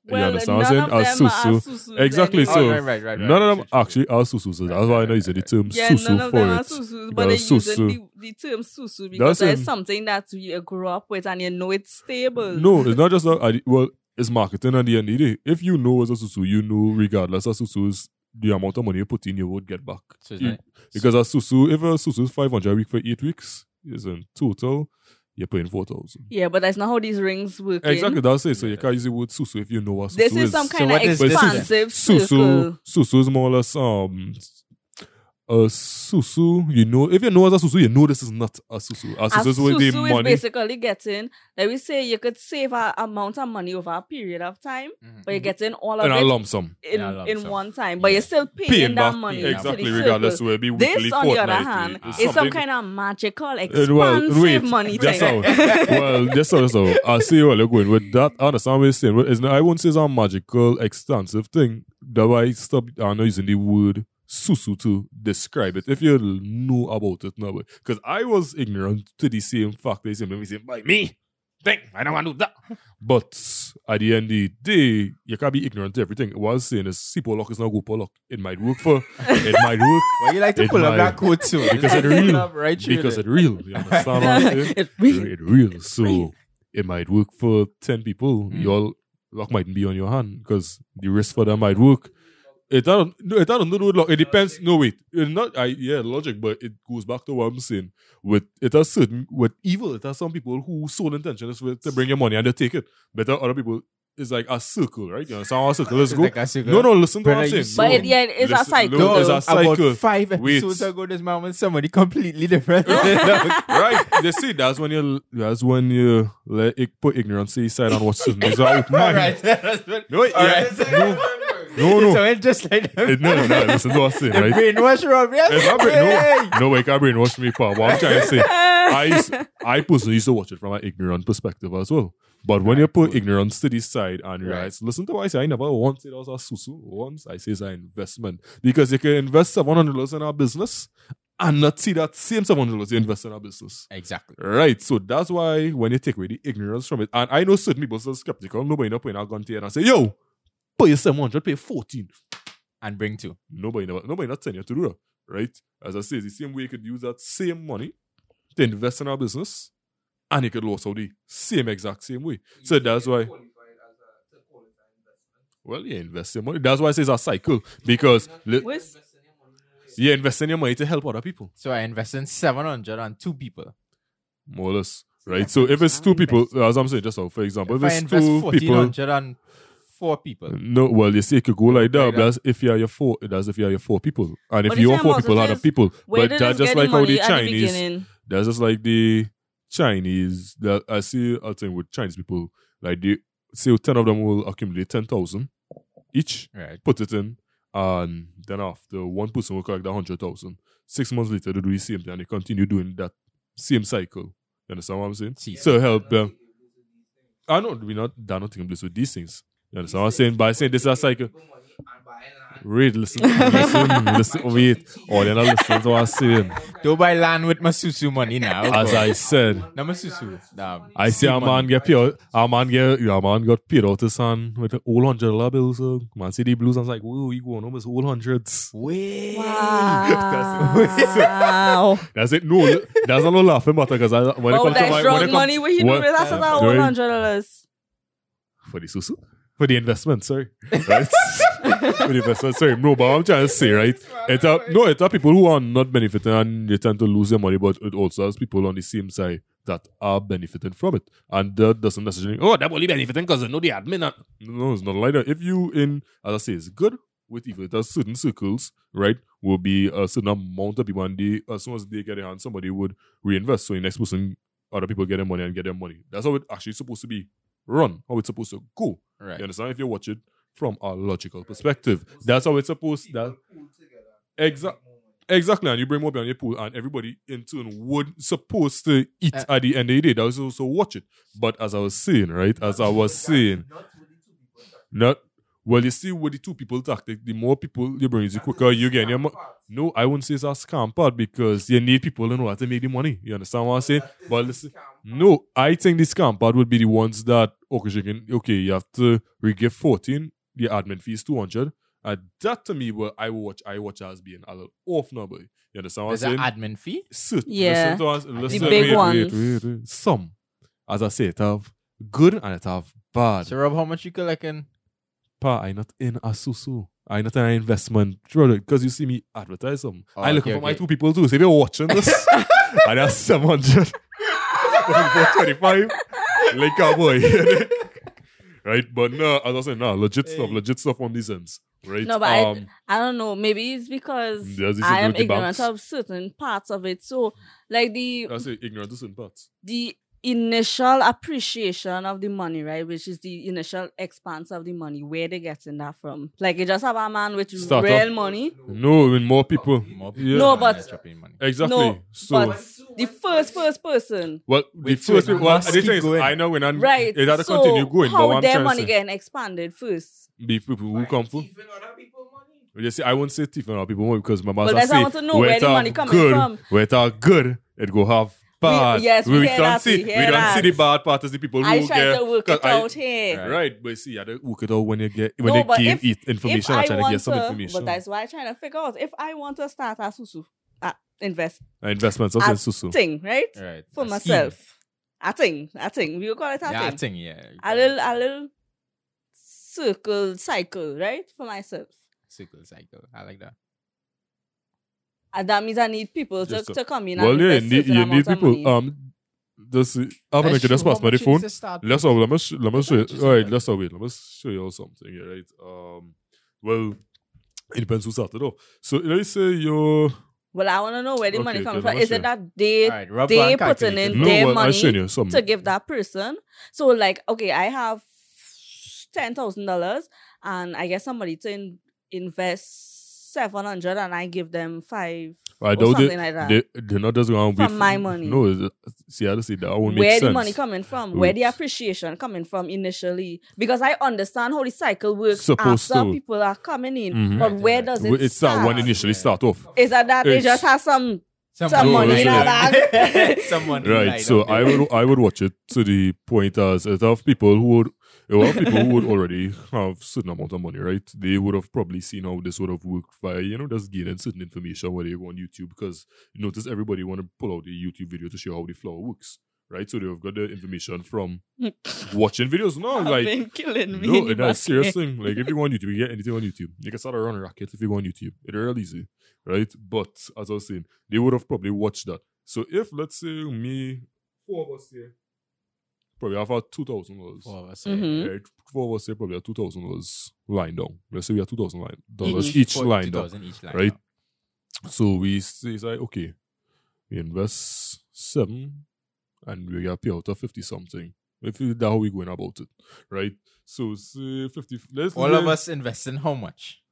S5: well,
S1: understand what I'm
S5: none of
S1: saying?
S5: them
S1: Ah,
S5: are
S1: susu.
S5: susus
S1: Exactly
S5: anyway.
S1: so.
S2: oh, right, right, right, right.
S1: None of them
S2: Susu.
S1: actually are susu, so that's why I know you said the term
S5: Yeah, none
S1: susu
S5: of them are
S1: for it.
S5: susus,
S1: Because
S5: but they
S1: susu-
S5: using the, the term susu because
S1: That's
S5: it's
S1: in-
S5: something that you grew up with and you know it's stable.
S1: No, it's not just that. I- Well, it's marketing at the end of the day. If you know it's a susu, you know regardless of susu's the amount of money you put in, you would get back.
S2: So it's
S1: You-
S2: like-
S1: because a susu, if a susu is 500 a week for eight weeks, is in total, you're paying 4,000.
S5: Yeah, but that's not how these rings work. in.
S1: Exactly, that's it. So you can't use the word susu if you know what susu
S5: This is some kind
S2: what
S5: of
S2: is this?
S5: expansive circle.
S1: Susu, Susu is more or less um a Susu. You know, if you know as a Susu, you know this is not a Susu. A
S5: A
S1: Susu is where the
S5: susu is
S1: money.
S5: basically getting, let me say, you could save a amount of money over a period of time,
S2: Mhm.
S5: but you're getting all of
S1: Mm-hmm. and a
S5: it
S1: lump sum.
S5: in,
S2: Yeah, a lump
S5: in
S2: sum.
S5: one time, but
S2: Yeah.
S5: you're still paying,
S1: Paying
S5: that
S1: back
S5: money.
S2: yeah,
S5: to the
S1: exactly,
S5: circle.
S1: regardless where it be
S5: This,
S1: weekly,
S5: on the other
S1: fortnightly,
S5: hand,
S1: it's
S5: is some
S1: something-
S5: kind of magical,
S1: Uh,
S5: expansive
S1: well, wait,
S5: money
S1: that's
S5: thing.
S1: how. well, that's how. That's how. I see where you're going with that. I understand what you're saying. Well, it's not, I won't say it's a magical, extensive thing. That why I stop. I'm not using the word susu to describe it. If you know about it now, because I was ignorant to the same fact. They say, "Let me say, by me." Thing. I don't want to do that. But at the end of the day, you can't be ignorant to everything. What I was saying is, see, Pollock is not good Pollock. It might work for, it might work
S2: Why you like to
S1: It
S2: pull up
S1: might-
S2: that quote too?
S1: because
S2: Just
S1: it
S2: pull
S1: real.
S2: up right through
S1: because
S2: there.
S1: it's real. You understand what I'm saying?
S5: It's real.
S1: It real. Hmm. So
S5: real.
S1: it might work for 10 people.
S2: Mm.
S1: Your luck mightn't be on your hand because the risk for them might work. It don't, no, it don't do with luck. It depends. No, wait. It's not, I, yeah, logic, but it goes back to what I'm saying. With it has certain, with evil, it has some people who sole intention is with- to bring your money and they take it. Better other people, it's like a circle, right? You understand what a circle is?
S2: It's
S1: Go.
S2: like a circle.
S1: No, no, listen to
S2: Brother,
S1: what I'm
S2: you
S1: saying.
S5: But
S2: So,
S5: it, yeah, it's a
S1: listen,
S5: cycle.
S1: look, it's a
S2: about
S1: cycle.
S2: five
S1: Wait.
S2: episodes ago, this man was somebody completely different.
S1: right? They see that's when you that's when you let it put ignorance to the side and watch something. It's out
S2: All
S1: mind.
S2: right.
S1: No, yeah,
S2: Alright.
S4: No.
S1: no,
S2: So
S1: no,
S2: it's just like
S1: Eh, no, no, no. Listen to what I'm saying,
S2: the
S1: right?
S2: brainwash Rob. Yes.
S1: It's not brain- no, no way, can't brainwash me, pal. What I'm trying to say, I, used- I personally used to watch it from an ignorant perspective as well. But when you put ignorance to the side and
S2: Right.
S1: realize, listen to what I say, I never once said it was a susu. Once I say it's an investment because you can invest seven hundred dollars in our business and not see that same seven hundred dollars you invest in our business.
S2: Exactly.
S1: Right, so that's why when you take away the ignorance from it, and I know certain people are skeptical, nobody not putting out gun to you and say, yo, pay 700, pay 14.
S2: And bring two.
S1: Nobody never, nobody not telling you to do that, right? As I say, it's the same way you could use that same money to invest in our business, and you could lose out the same exact same way. So that's why, well, you invest your money. That's why I say it's a cycle, because li-
S5: Where's-
S1: you're investing your money to help other people,
S2: So I invest in 700 on two people.
S1: more or less, right? So if it's two people, as I'm saying just now, for example,
S2: If
S1: if
S2: I
S1: it's
S2: invest
S1: two people,
S2: 1400 on four people.
S1: No, well, you see, it could go like that.
S2: Like
S1: but
S2: that.
S1: that's if you are your four. That's if you are your four people, and if
S5: But
S1: you
S5: the
S1: are
S5: thing
S1: four
S5: about
S1: people,
S5: it
S1: other
S5: is,
S1: people.
S5: Where
S1: But
S5: did
S1: that's
S5: this
S1: just
S5: get
S1: like how the
S5: money at the
S1: Chinese.
S5: beginning?
S1: That's just like the Chinese. That I see. I think with Chinese people, like they say, ten of them will accumulate ten thousand each,
S2: Right.
S1: put it in, and then after one person will collect that hundred thousand. Six months later, they do the same thing, and they continue doing that same cycle. You understand what I'm saying?
S2: See.
S1: So help them. I know we're not. They're not taking place with these things. You understand what I'm saying? By saying this is a cycle. Read, listen, listen, listen, wait. All you're not listening to what I'm saying.
S2: Do buy land with my susu money now.
S1: As I said,
S2: No, my susu. Nah.
S1: I see a man get paid. out- A man get, yeah, a man got paid out his hand with all hundred dollar bills. So man, see the blues. I was like, whoa, you going home with all hundreds.
S2: Wait.
S5: Wow.
S1: That's it. No, that's not no laughing matter because when it
S5: oh,
S1: comes to my, when it
S5: that's wrong
S1: comes
S5: money. What you do
S1: when-
S5: with that's about
S1: Right.
S5: one hundred dollars.
S1: for the susu, for the investment. Sorry, right? for the investment. Sorry, no, but I'm trying to say right. It are, no, it are people who are not benefiting and they tend to lose their money, but it also has people on the same side that are benefiting from it. And that doesn't necessarily, oh, that only benefiting because they know the admin. And, no, it's not like that. If you, in, as I say, it's good with evil, there's certain circles, right, will be a certain amount of people, and they, as soon as they get their hand, somebody would reinvest. So the next person, other people get their money and get their money. That's how it actually supposed to be run, how it's supposed to go.
S2: Right.
S1: You understand? If you watch it from a logical perspective, that's how it's supposed that. Exactly. Exactly, and you bring Moby on your pool, and everybody in turn would supposed to eat
S2: Uh,
S1: at the end of the day. That was also watch it. But as I was saying, right, as I was saying,
S4: Not with the two people. that-
S1: not well, you see, with the two people tactic, the more people you bring, the quicker you get your money.
S4: Part.
S1: No, I wouldn't say it's a scam part because you need people in order to make the money. You understand what I'm saying?
S4: That is
S1: But
S4: a
S1: listen,
S4: scam.
S1: no, I think the scam part would be the ones that okay, she can, okay, you have to re-give fourteen. The admin fee is two hundred. And that to me, where I watch, I watch as being a little off number. You understand what I'm
S2: There's an
S1: saying?
S2: admin fee.
S1: Sit,
S5: Yeah.
S1: Listen to us. Listen,
S5: big
S1: wait, Wait,
S5: ones.
S1: wait, wait. Some, as I say, it have good and it have bad.
S2: So Rob, how much you collecting?
S1: Pa, I not in Asusu. I not in an investment product because you see me advertise them.
S2: Oh,
S1: I looking
S2: okay,
S1: for my
S2: okay.
S1: two people too. So if you're watching this, and that's 700 for 25, like a boy. right? But no, as I said, no, legit stuff, legit stuff on these ends. Right? um,
S5: No, but I- I don't know. Maybe it's because
S1: There's this
S5: I am
S1: with the
S5: ignorant
S1: banks.
S5: of certain parts of it. So, like the
S1: I say ignorant is in parts.
S5: the initial appreciation of the money, right? Which is the initial expanse of the money. Where they getting that from? Like you just have a man with
S1: Start
S5: real
S1: up.
S5: money.
S1: No, when more people.
S2: More
S1: Yeah.
S5: No,
S2: are
S5: but-
S2: not dropping money.
S1: Exactly.
S5: No,
S1: so.
S5: but The first first person.
S1: Well, the
S2: Wait, so
S1: first
S2: it
S1: people, well,
S2: must
S1: the thing
S2: keep
S1: is,
S2: going.
S1: I know when I'm
S5: Right.
S1: um, It had to
S5: so
S1: continue going,
S5: How
S1: but what I'm
S5: their
S1: trying
S5: money
S1: to say,
S5: getting expanded first?
S1: the people who come from.
S4: Even other people money.
S1: You see, I won't say thief and all people more because my
S5: But
S1: master
S5: that's
S1: say
S5: why I want to know where the
S1: it
S5: money
S1: have
S5: coming
S1: good,
S5: from.
S1: Where it are good, it go have bad.
S5: yes, we hear
S1: don't
S5: that,
S1: see
S5: we
S1: we
S5: hear
S1: don't
S5: that.
S1: see the bad part as the people who
S5: I try
S1: get
S5: to work it
S1: I-
S5: out here.
S1: Right. but you see, I don't work it out when you get when
S5: No,
S1: they
S5: but
S1: give
S5: if-
S1: it information. I try to get some information.
S5: But that's why I'm trying to figure out if I want to start a susu uh, invest
S1: Uh, investments,
S5: I
S1: also susu.
S5: thing, right?
S2: Right.
S5: For
S2: A scheme.
S5: myself. A thing. A thing. We will call it a
S2: Yeah, I
S5: thing.
S2: think yeah.
S5: A little a little circle, cycle, right? For myself.
S2: Circle cycle. I like that.
S5: And that means I need people to,
S1: Just a-
S5: to come in
S1: Well,
S5: and
S1: yeah, you
S5: invest
S1: need,
S5: certain
S1: you
S5: amount
S1: need
S5: of
S1: people.
S5: money.
S1: Um, this I'm gonna
S2: Let's
S1: just
S2: show
S1: pass my
S2: how much
S1: phone.
S2: is the start
S1: Let's have, let me sh- let me show you.
S2: Just
S1: All right,
S2: like-
S1: let's have, wait. Let me show you all something. yeah, Right. Um. Well, it depends who started off. So let's say you're
S5: well, I want to know where the money
S1: Okay,
S5: comes
S1: okay,
S5: from.
S1: let's
S5: Is it
S1: see.
S5: that they
S2: Alright, Rob
S5: they
S2: Van
S5: putting
S2: calculated.
S5: in- their
S1: I
S5: money
S1: showing you something.
S5: to give that person. So like, okay, I have ten thousand dollars, and I get somebody to in- invest seven hundred, and I give them five
S1: I
S5: or
S1: doubt
S5: something
S1: it.
S5: like that.
S1: They, they're not just going to
S5: From my money.
S1: No, is- see, I don't see that. That won't make
S5: where
S1: sense.
S5: the money coming from? Where the
S1: Oops.
S5: appreciation coming from initially? Because I understand how the cycle works
S1: Supposed
S5: after
S1: to.
S5: people are coming in,
S1: Mhm.
S5: but
S2: Right,
S5: where
S2: right.
S5: does
S1: Well,
S5: it
S1: it's
S5: start?
S1: that one initially start off.
S5: Is that that they
S1: It's-
S5: just have some?
S2: Someone
S1: Someone in a
S5: bag.
S2: Someone in
S1: Right.
S2: light
S1: So
S2: up
S1: I
S2: there.
S1: would I would watch it to the point as it have people who would it would have people who would already have certain amount of money, right? They would have probably seen how this would have worked via, you know, just gaining certain information where they go on YouTube because you notice everybody wanna pull out the YouTube video to show how the flower works. Right? So they've got the information from watching videos. No,
S5: I've
S1: Oh, like
S5: been killing me.
S1: No,
S5: in
S1: that's
S5: basket.
S1: serious thing. Like if you go on YouTube, you get anything on YouTube. You can start a run racket if you go on YouTube. It's real easy, right? But as I was saying, they would have probably watched that. So if let's say me, four of us here, probably have our two thousand dollars.
S2: Four of us, yeah.
S5: Mhm.
S1: Right, four of us here probably have two thousand dollars lying down. Let's say we have two thousand dollars
S2: Each-
S1: each,
S2: four-
S1: lined up.
S2: 2,000 each lined
S1: right?
S2: up.
S1: So we say like, okay, we invest seven and we get pay out of fifty something. If that's how we going about it, right? So say fifty. Let's
S2: All of
S1: let's-
S2: us investing how much?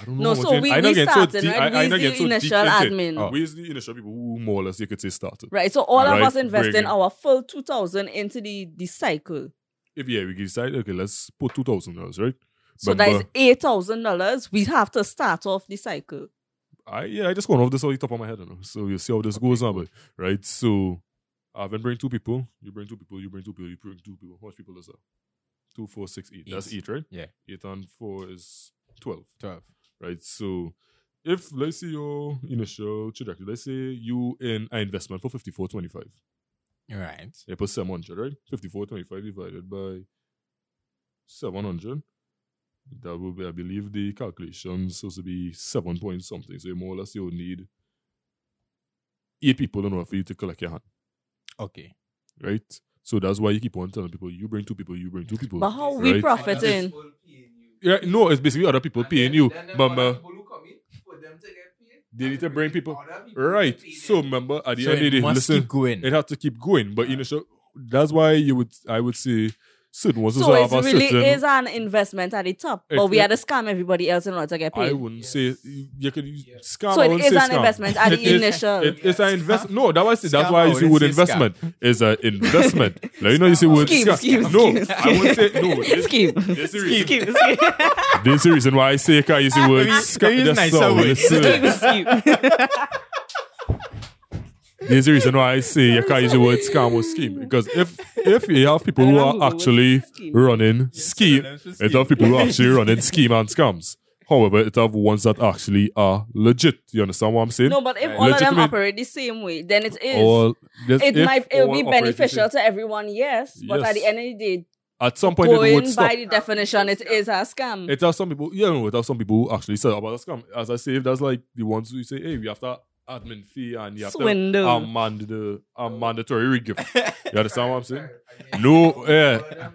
S1: I don't know.
S5: No, so we,
S1: I
S5: we
S1: not get so
S5: started,
S1: deep,
S5: right?
S1: I, I
S5: We's
S1: not get
S5: the
S1: so deep
S5: initial
S1: into it.
S5: admin.
S2: Oh.
S1: We's the initial people who more or less you could say started.
S5: Right, so all
S1: Right,
S5: of us investing
S1: brilliant.
S5: our full 2000 into the, the cycle.
S1: If yeah, we decide okay, let's put two thousand dollars, right?
S5: So
S1: But-
S5: that is
S1: but
S5: $8,000. We have to start off the cycle.
S1: I yeah, I just going off this off the top of my head, you know. So you see how this goes on, but right? So I've been bring two people. You bring two people. You bring two people. You bring two people. How much people is that? Two, four, six, eight. That's eight,
S2: Eight.
S1: right?
S2: Yeah.
S1: Eight and four is twelve.
S2: 12.
S1: right? So if let's say your initial trajectory, let's say you in an investment for fifty four twenty five,
S2: Right.
S1: you put seven hundred, right? Fifty four twenty five divided by seven hundred. That will be, I believe, the calculation supposed to be seven point something. So more or less you'll need eight people in order for you to collect your hand,
S2: Okay.
S1: right? So that's why you keep on telling people, you bring two people, you bring two people.
S5: But how we
S1: Right.
S5: profiting?
S4: People paying you.
S1: yeah, no, it's basically other people
S4: And
S1: paying
S4: then-
S1: you.
S4: then them
S1: But
S4: other
S1: uh,
S4: people who come in, for them to get paid,
S1: They
S4: and
S1: need to
S4: they
S1: bring people-
S4: other people to
S1: right.
S4: pay them.
S1: So remember, at the
S2: So
S1: end of the
S2: it
S1: day,
S2: must
S1: listen,
S2: keep going.
S1: it had to keep going. But initial, that's why you would, I would say, certain ones
S5: So
S1: also
S5: it
S1: have a
S5: really
S1: certain-
S5: is an investment at the top, but
S1: Exactly.
S5: we had to scam everybody else in order to get
S1: I
S5: paid.
S1: wouldn't
S4: Yes.
S1: say you could use
S4: Yeah.
S1: scam.
S5: So
S1: I
S5: it
S1: wouldn't
S5: is
S1: say
S5: an
S1: scam.
S5: investment at
S1: It
S5: the
S1: is-
S5: initial.
S1: it- it's an investment. No, that's why I say that's
S2: Scam,
S1: why
S2: I
S1: you see
S2: wouldn't
S1: word
S2: say
S1: investment is an investment. Like you know you see
S4: Scam, I
S1: word
S5: Scheme,
S1: scam.
S5: scheme,
S1: no,
S5: scheme,
S1: I would say no. This,
S5: Scheme.
S1: this the reason-
S5: Scheme, scheme,
S1: This the reason why I say can you see word
S2: Maybe- maybe
S1: scam.
S2: it's
S1: That's
S2: nicer
S1: all.
S2: way.
S1: Listen.
S5: scheme, scheme.
S1: There's a reason why I say you can't use the word scam or scheme because if if you have people who
S5: I don't know
S1: are
S5: who
S1: actually
S5: would scheme.
S1: running scheme,
S2: synonyms for
S1: it
S2: scheme.
S1: have people who are actually running scheme and scams. However, it have ones that actually are legit. You understand what I'm saying?
S5: No, but if
S2: Right.
S5: all of them
S1: Legitimate-
S5: operate the same way, then it is.
S1: All- there's-
S5: it
S1: if
S5: might it will be
S1: all operating
S5: beneficial
S1: systems-
S5: to everyone, yes. But at the
S1: Yes.
S5: end of the day,
S1: At some point, it would
S5: going by
S1: stop.
S5: the definition, it is a scam.
S1: It has some people, yeah, no, it has some people who actually "Oh, said about a scam. As I say, if that's like the ones who say, hey, we have to admin fee and you have
S5: Swindle.
S1: to amend the a mandatory re-gift. You understand what I'm saying?
S4: Again,
S1: No, yeah.
S4: all of them is the same, though.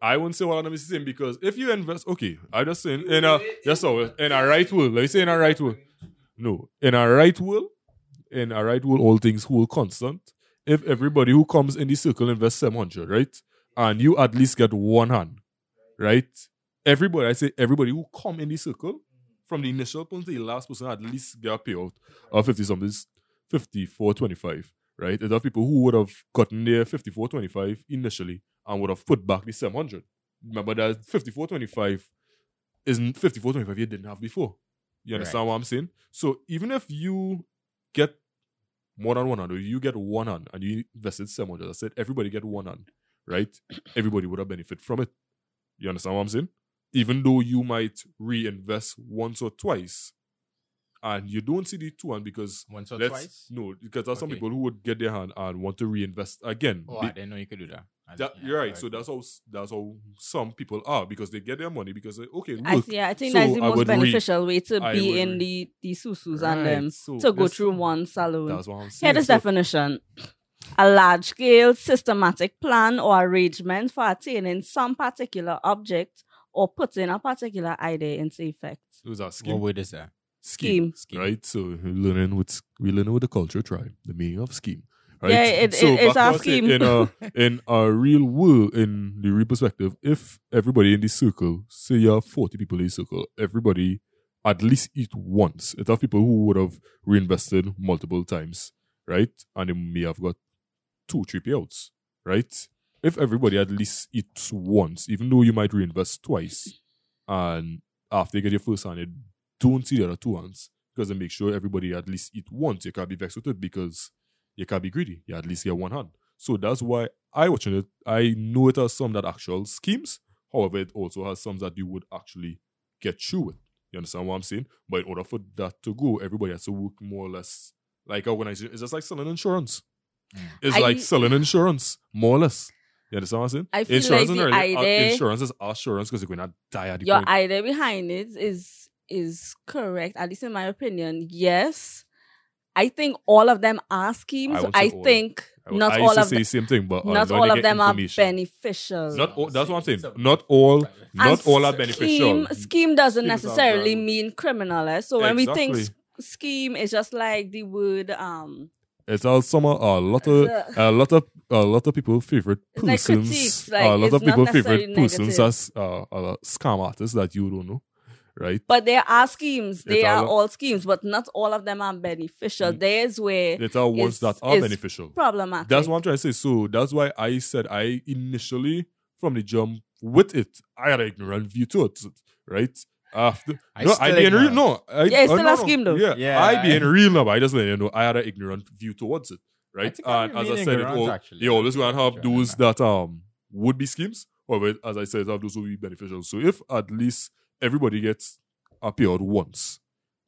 S1: I wouldn't say what I'm saying because if you invest, okay, I just saying in a that's how in a right world. Let me say in a right world. No, in a right world, in a right world, all things hold constant. If everybody who comes in the circle invests 700, right, and you at least get one hand, right? Everybody, I say everybody who come in the circle from the initial point to the last person at least get a payout of 50 something, 54.25, right? There are people who would have gotten their 54.25 initially and would have put back the 700. Remember that 54.25 isn't 54.25 you didn't have before. You understand what I'm saying? So even if you get more than one hand, or you get one hand and you invested 700, I said everybody get one hand, right? everybody would have benefit from it. You understand what I'm saying? Even though you might reinvest once or twice and you don't see the two hand because
S2: Once or
S1: let's
S2: twice?
S1: no, because there's some
S2: Okay.
S1: people who would get their hand and want to reinvest again.
S2: Oh,
S1: Be-
S2: I didn't know you could do that. I
S1: that,
S2: didn't-
S1: you're right.
S2: alright,
S1: So
S2: cool.
S1: that's how s- that's how some people are because they get their money because they, okay,
S5: I,
S1: look,
S5: see, I think
S1: So
S5: that's the
S1: I
S5: most
S1: would read-
S5: beneficial way to
S1: I would
S5: be in
S1: read.
S5: the the susus
S1: right,
S5: and them
S1: so
S5: to go
S1: that's-
S5: through one salon.
S1: That's what I'm saying.
S5: Here is
S1: So
S5: definition. A large scale systematic plan or arrangement for attaining some particular object or putting a particular idea into effect.
S1: it was a scheme,
S2: What word is that?
S5: Scheme.
S2: Scheme.
S1: right? So we're learning with we learning with the culture tribe the meaning of scheme. Right?
S5: Yeah, it- it-
S1: back
S5: it's
S1: to
S5: our
S1: what I said,
S5: scheme.
S1: In a in a real world, in the real perspective, if everybody in this circle, say you have forty people in this circle, everybody at least eat once. It have people who would have reinvested multiple times, right? And they may have got two, three payouts, right? If everybody at least eats once, even though you might reinvest twice, and after you get your first hand, you don't see the other two hands because they make sure everybody at least eat once. You can't be vexed with it because you can't be greedy. You at least get one hand. So that's why I watching it. I know it has some that actual schemes. However, it also has some that you would actually get through with. You understand what I'm saying? But in order for that to go, everybody has to work more or less like organization. It's just like selling insurance. It's
S5: I-
S1: like selling insurance, more or less. You understand what I'm saying?
S5: I feel
S1: insurance
S5: like
S1: isn't
S5: the
S1: really- uh,
S5: idea-
S1: insurance is assurance because you're going to die at the
S5: Your
S1: point.
S5: idea behind it is is correct, at least in my opinion. Yes. I think all of them are schemes.
S1: won't say
S5: I,
S1: all of-
S5: think
S1: I would-
S5: not
S1: I used
S5: all
S1: to
S5: of
S1: say
S5: them.
S1: the same thing, but uh,
S5: Not
S1: when
S5: all
S1: they
S5: of
S1: get
S5: them are
S1: information-
S5: beneficial.
S1: Not all, that's what I'm saying.
S2: Some-
S1: Not all.
S2: And
S1: Not all are
S2: scheme-
S1: beneficial.
S5: scheme scheme doesn't
S1: Schemes are
S5: necessarily
S1: valuable.
S5: mean criminal. eh? So when we think
S1: Exactly.
S5: s- scheme, it's just like the word um
S1: It's all some uh, a lot of
S5: The-
S1: a lot of a lot of people favorite
S5: It's like
S1: persons.
S5: critiques, like,
S1: a lot
S5: it's
S1: of
S5: not
S1: people favorite
S5: necessarily
S1: persons
S5: negative.
S1: as uh, uh, scam artists that you don't know, right?
S5: but there are schemes. They
S1: It's
S5: are
S1: all-
S5: all schemes, but not all of them are beneficial.
S1: Mm.
S5: There's where
S1: It's all ones
S5: It's-
S1: that are
S5: it's
S1: beneficial.
S5: problematic.
S1: That's what I'm trying to say. So that's why I said I initially from the jump with it, I had an ignorant view to it, right? After
S2: I
S1: no, I being
S2: still
S1: real,
S2: ignorant.
S1: no, I,
S5: Yeah, it's
S1: I-
S5: still
S1: no,
S5: a
S1: no.
S5: scheme though.
S1: Yeah,
S2: Yeah,
S1: I being
S2: I-
S1: real now, but I just let you know I had an ignorant view towards it, right?
S2: think I'd
S1: And
S2: be
S1: as I
S2: really
S1: said, it
S2: ignorant,
S1: all,
S2: actually.
S1: you always gonna have
S2: Sure,
S1: those
S2: never.
S1: that um would be schemes, however, as I said, have those will be beneficial. So if at least everybody gets a payout once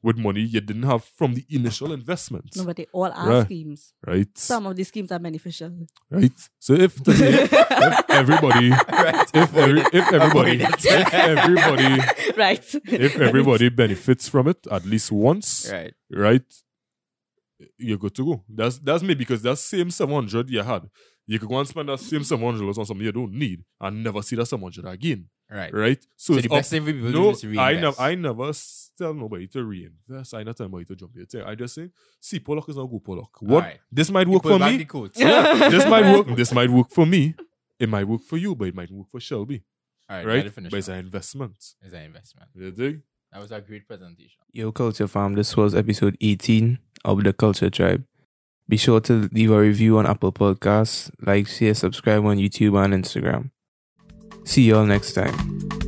S1: with money you didn't have from the initial investment,
S5: No, but they all are
S1: Right.
S5: schemes.
S1: right?
S5: Some of these schemes are beneficial.
S1: right? So if today, if everybody,
S2: Right.
S1: if every, if everybody,
S2: Avoid it.
S1: if everybody,
S5: right.
S1: if everybody benefits from it at least once,
S2: Right.
S1: right? You're good to go. That's that's me because that same seven hundred you had, you could go and spend that same seven hundred on something you don't need and never see that seven hundred again,
S2: Right.
S1: right? So,
S2: So
S1: it's
S2: the
S1: up-
S2: best thing we will do
S1: no,
S2: is
S1: I
S2: reinvest.
S1: never, I never s- tell nobody to reinvest. I not tell nobody to jump in. I just say, see, Pollock is not good. Pollock. What
S2: Alright.
S1: this might
S2: You
S1: work
S2: put
S1: for
S2: back
S1: me
S2: the coats.
S1: yeah, this might work. This might work for me, It might work for you, but it might work for Shelby,
S2: All right,
S1: right?
S2: gotta finish
S1: But it's
S2: now.
S1: an investment.
S2: It's an investment.
S1: You dig?
S2: That was a great presentation.
S4: Yo, Culture Fam, this was episode 18 of The Culture Tribe. Be sure to leave a review on Apple Podcasts, like, share, subscribe on YouTube and Instagram. See y'all next time.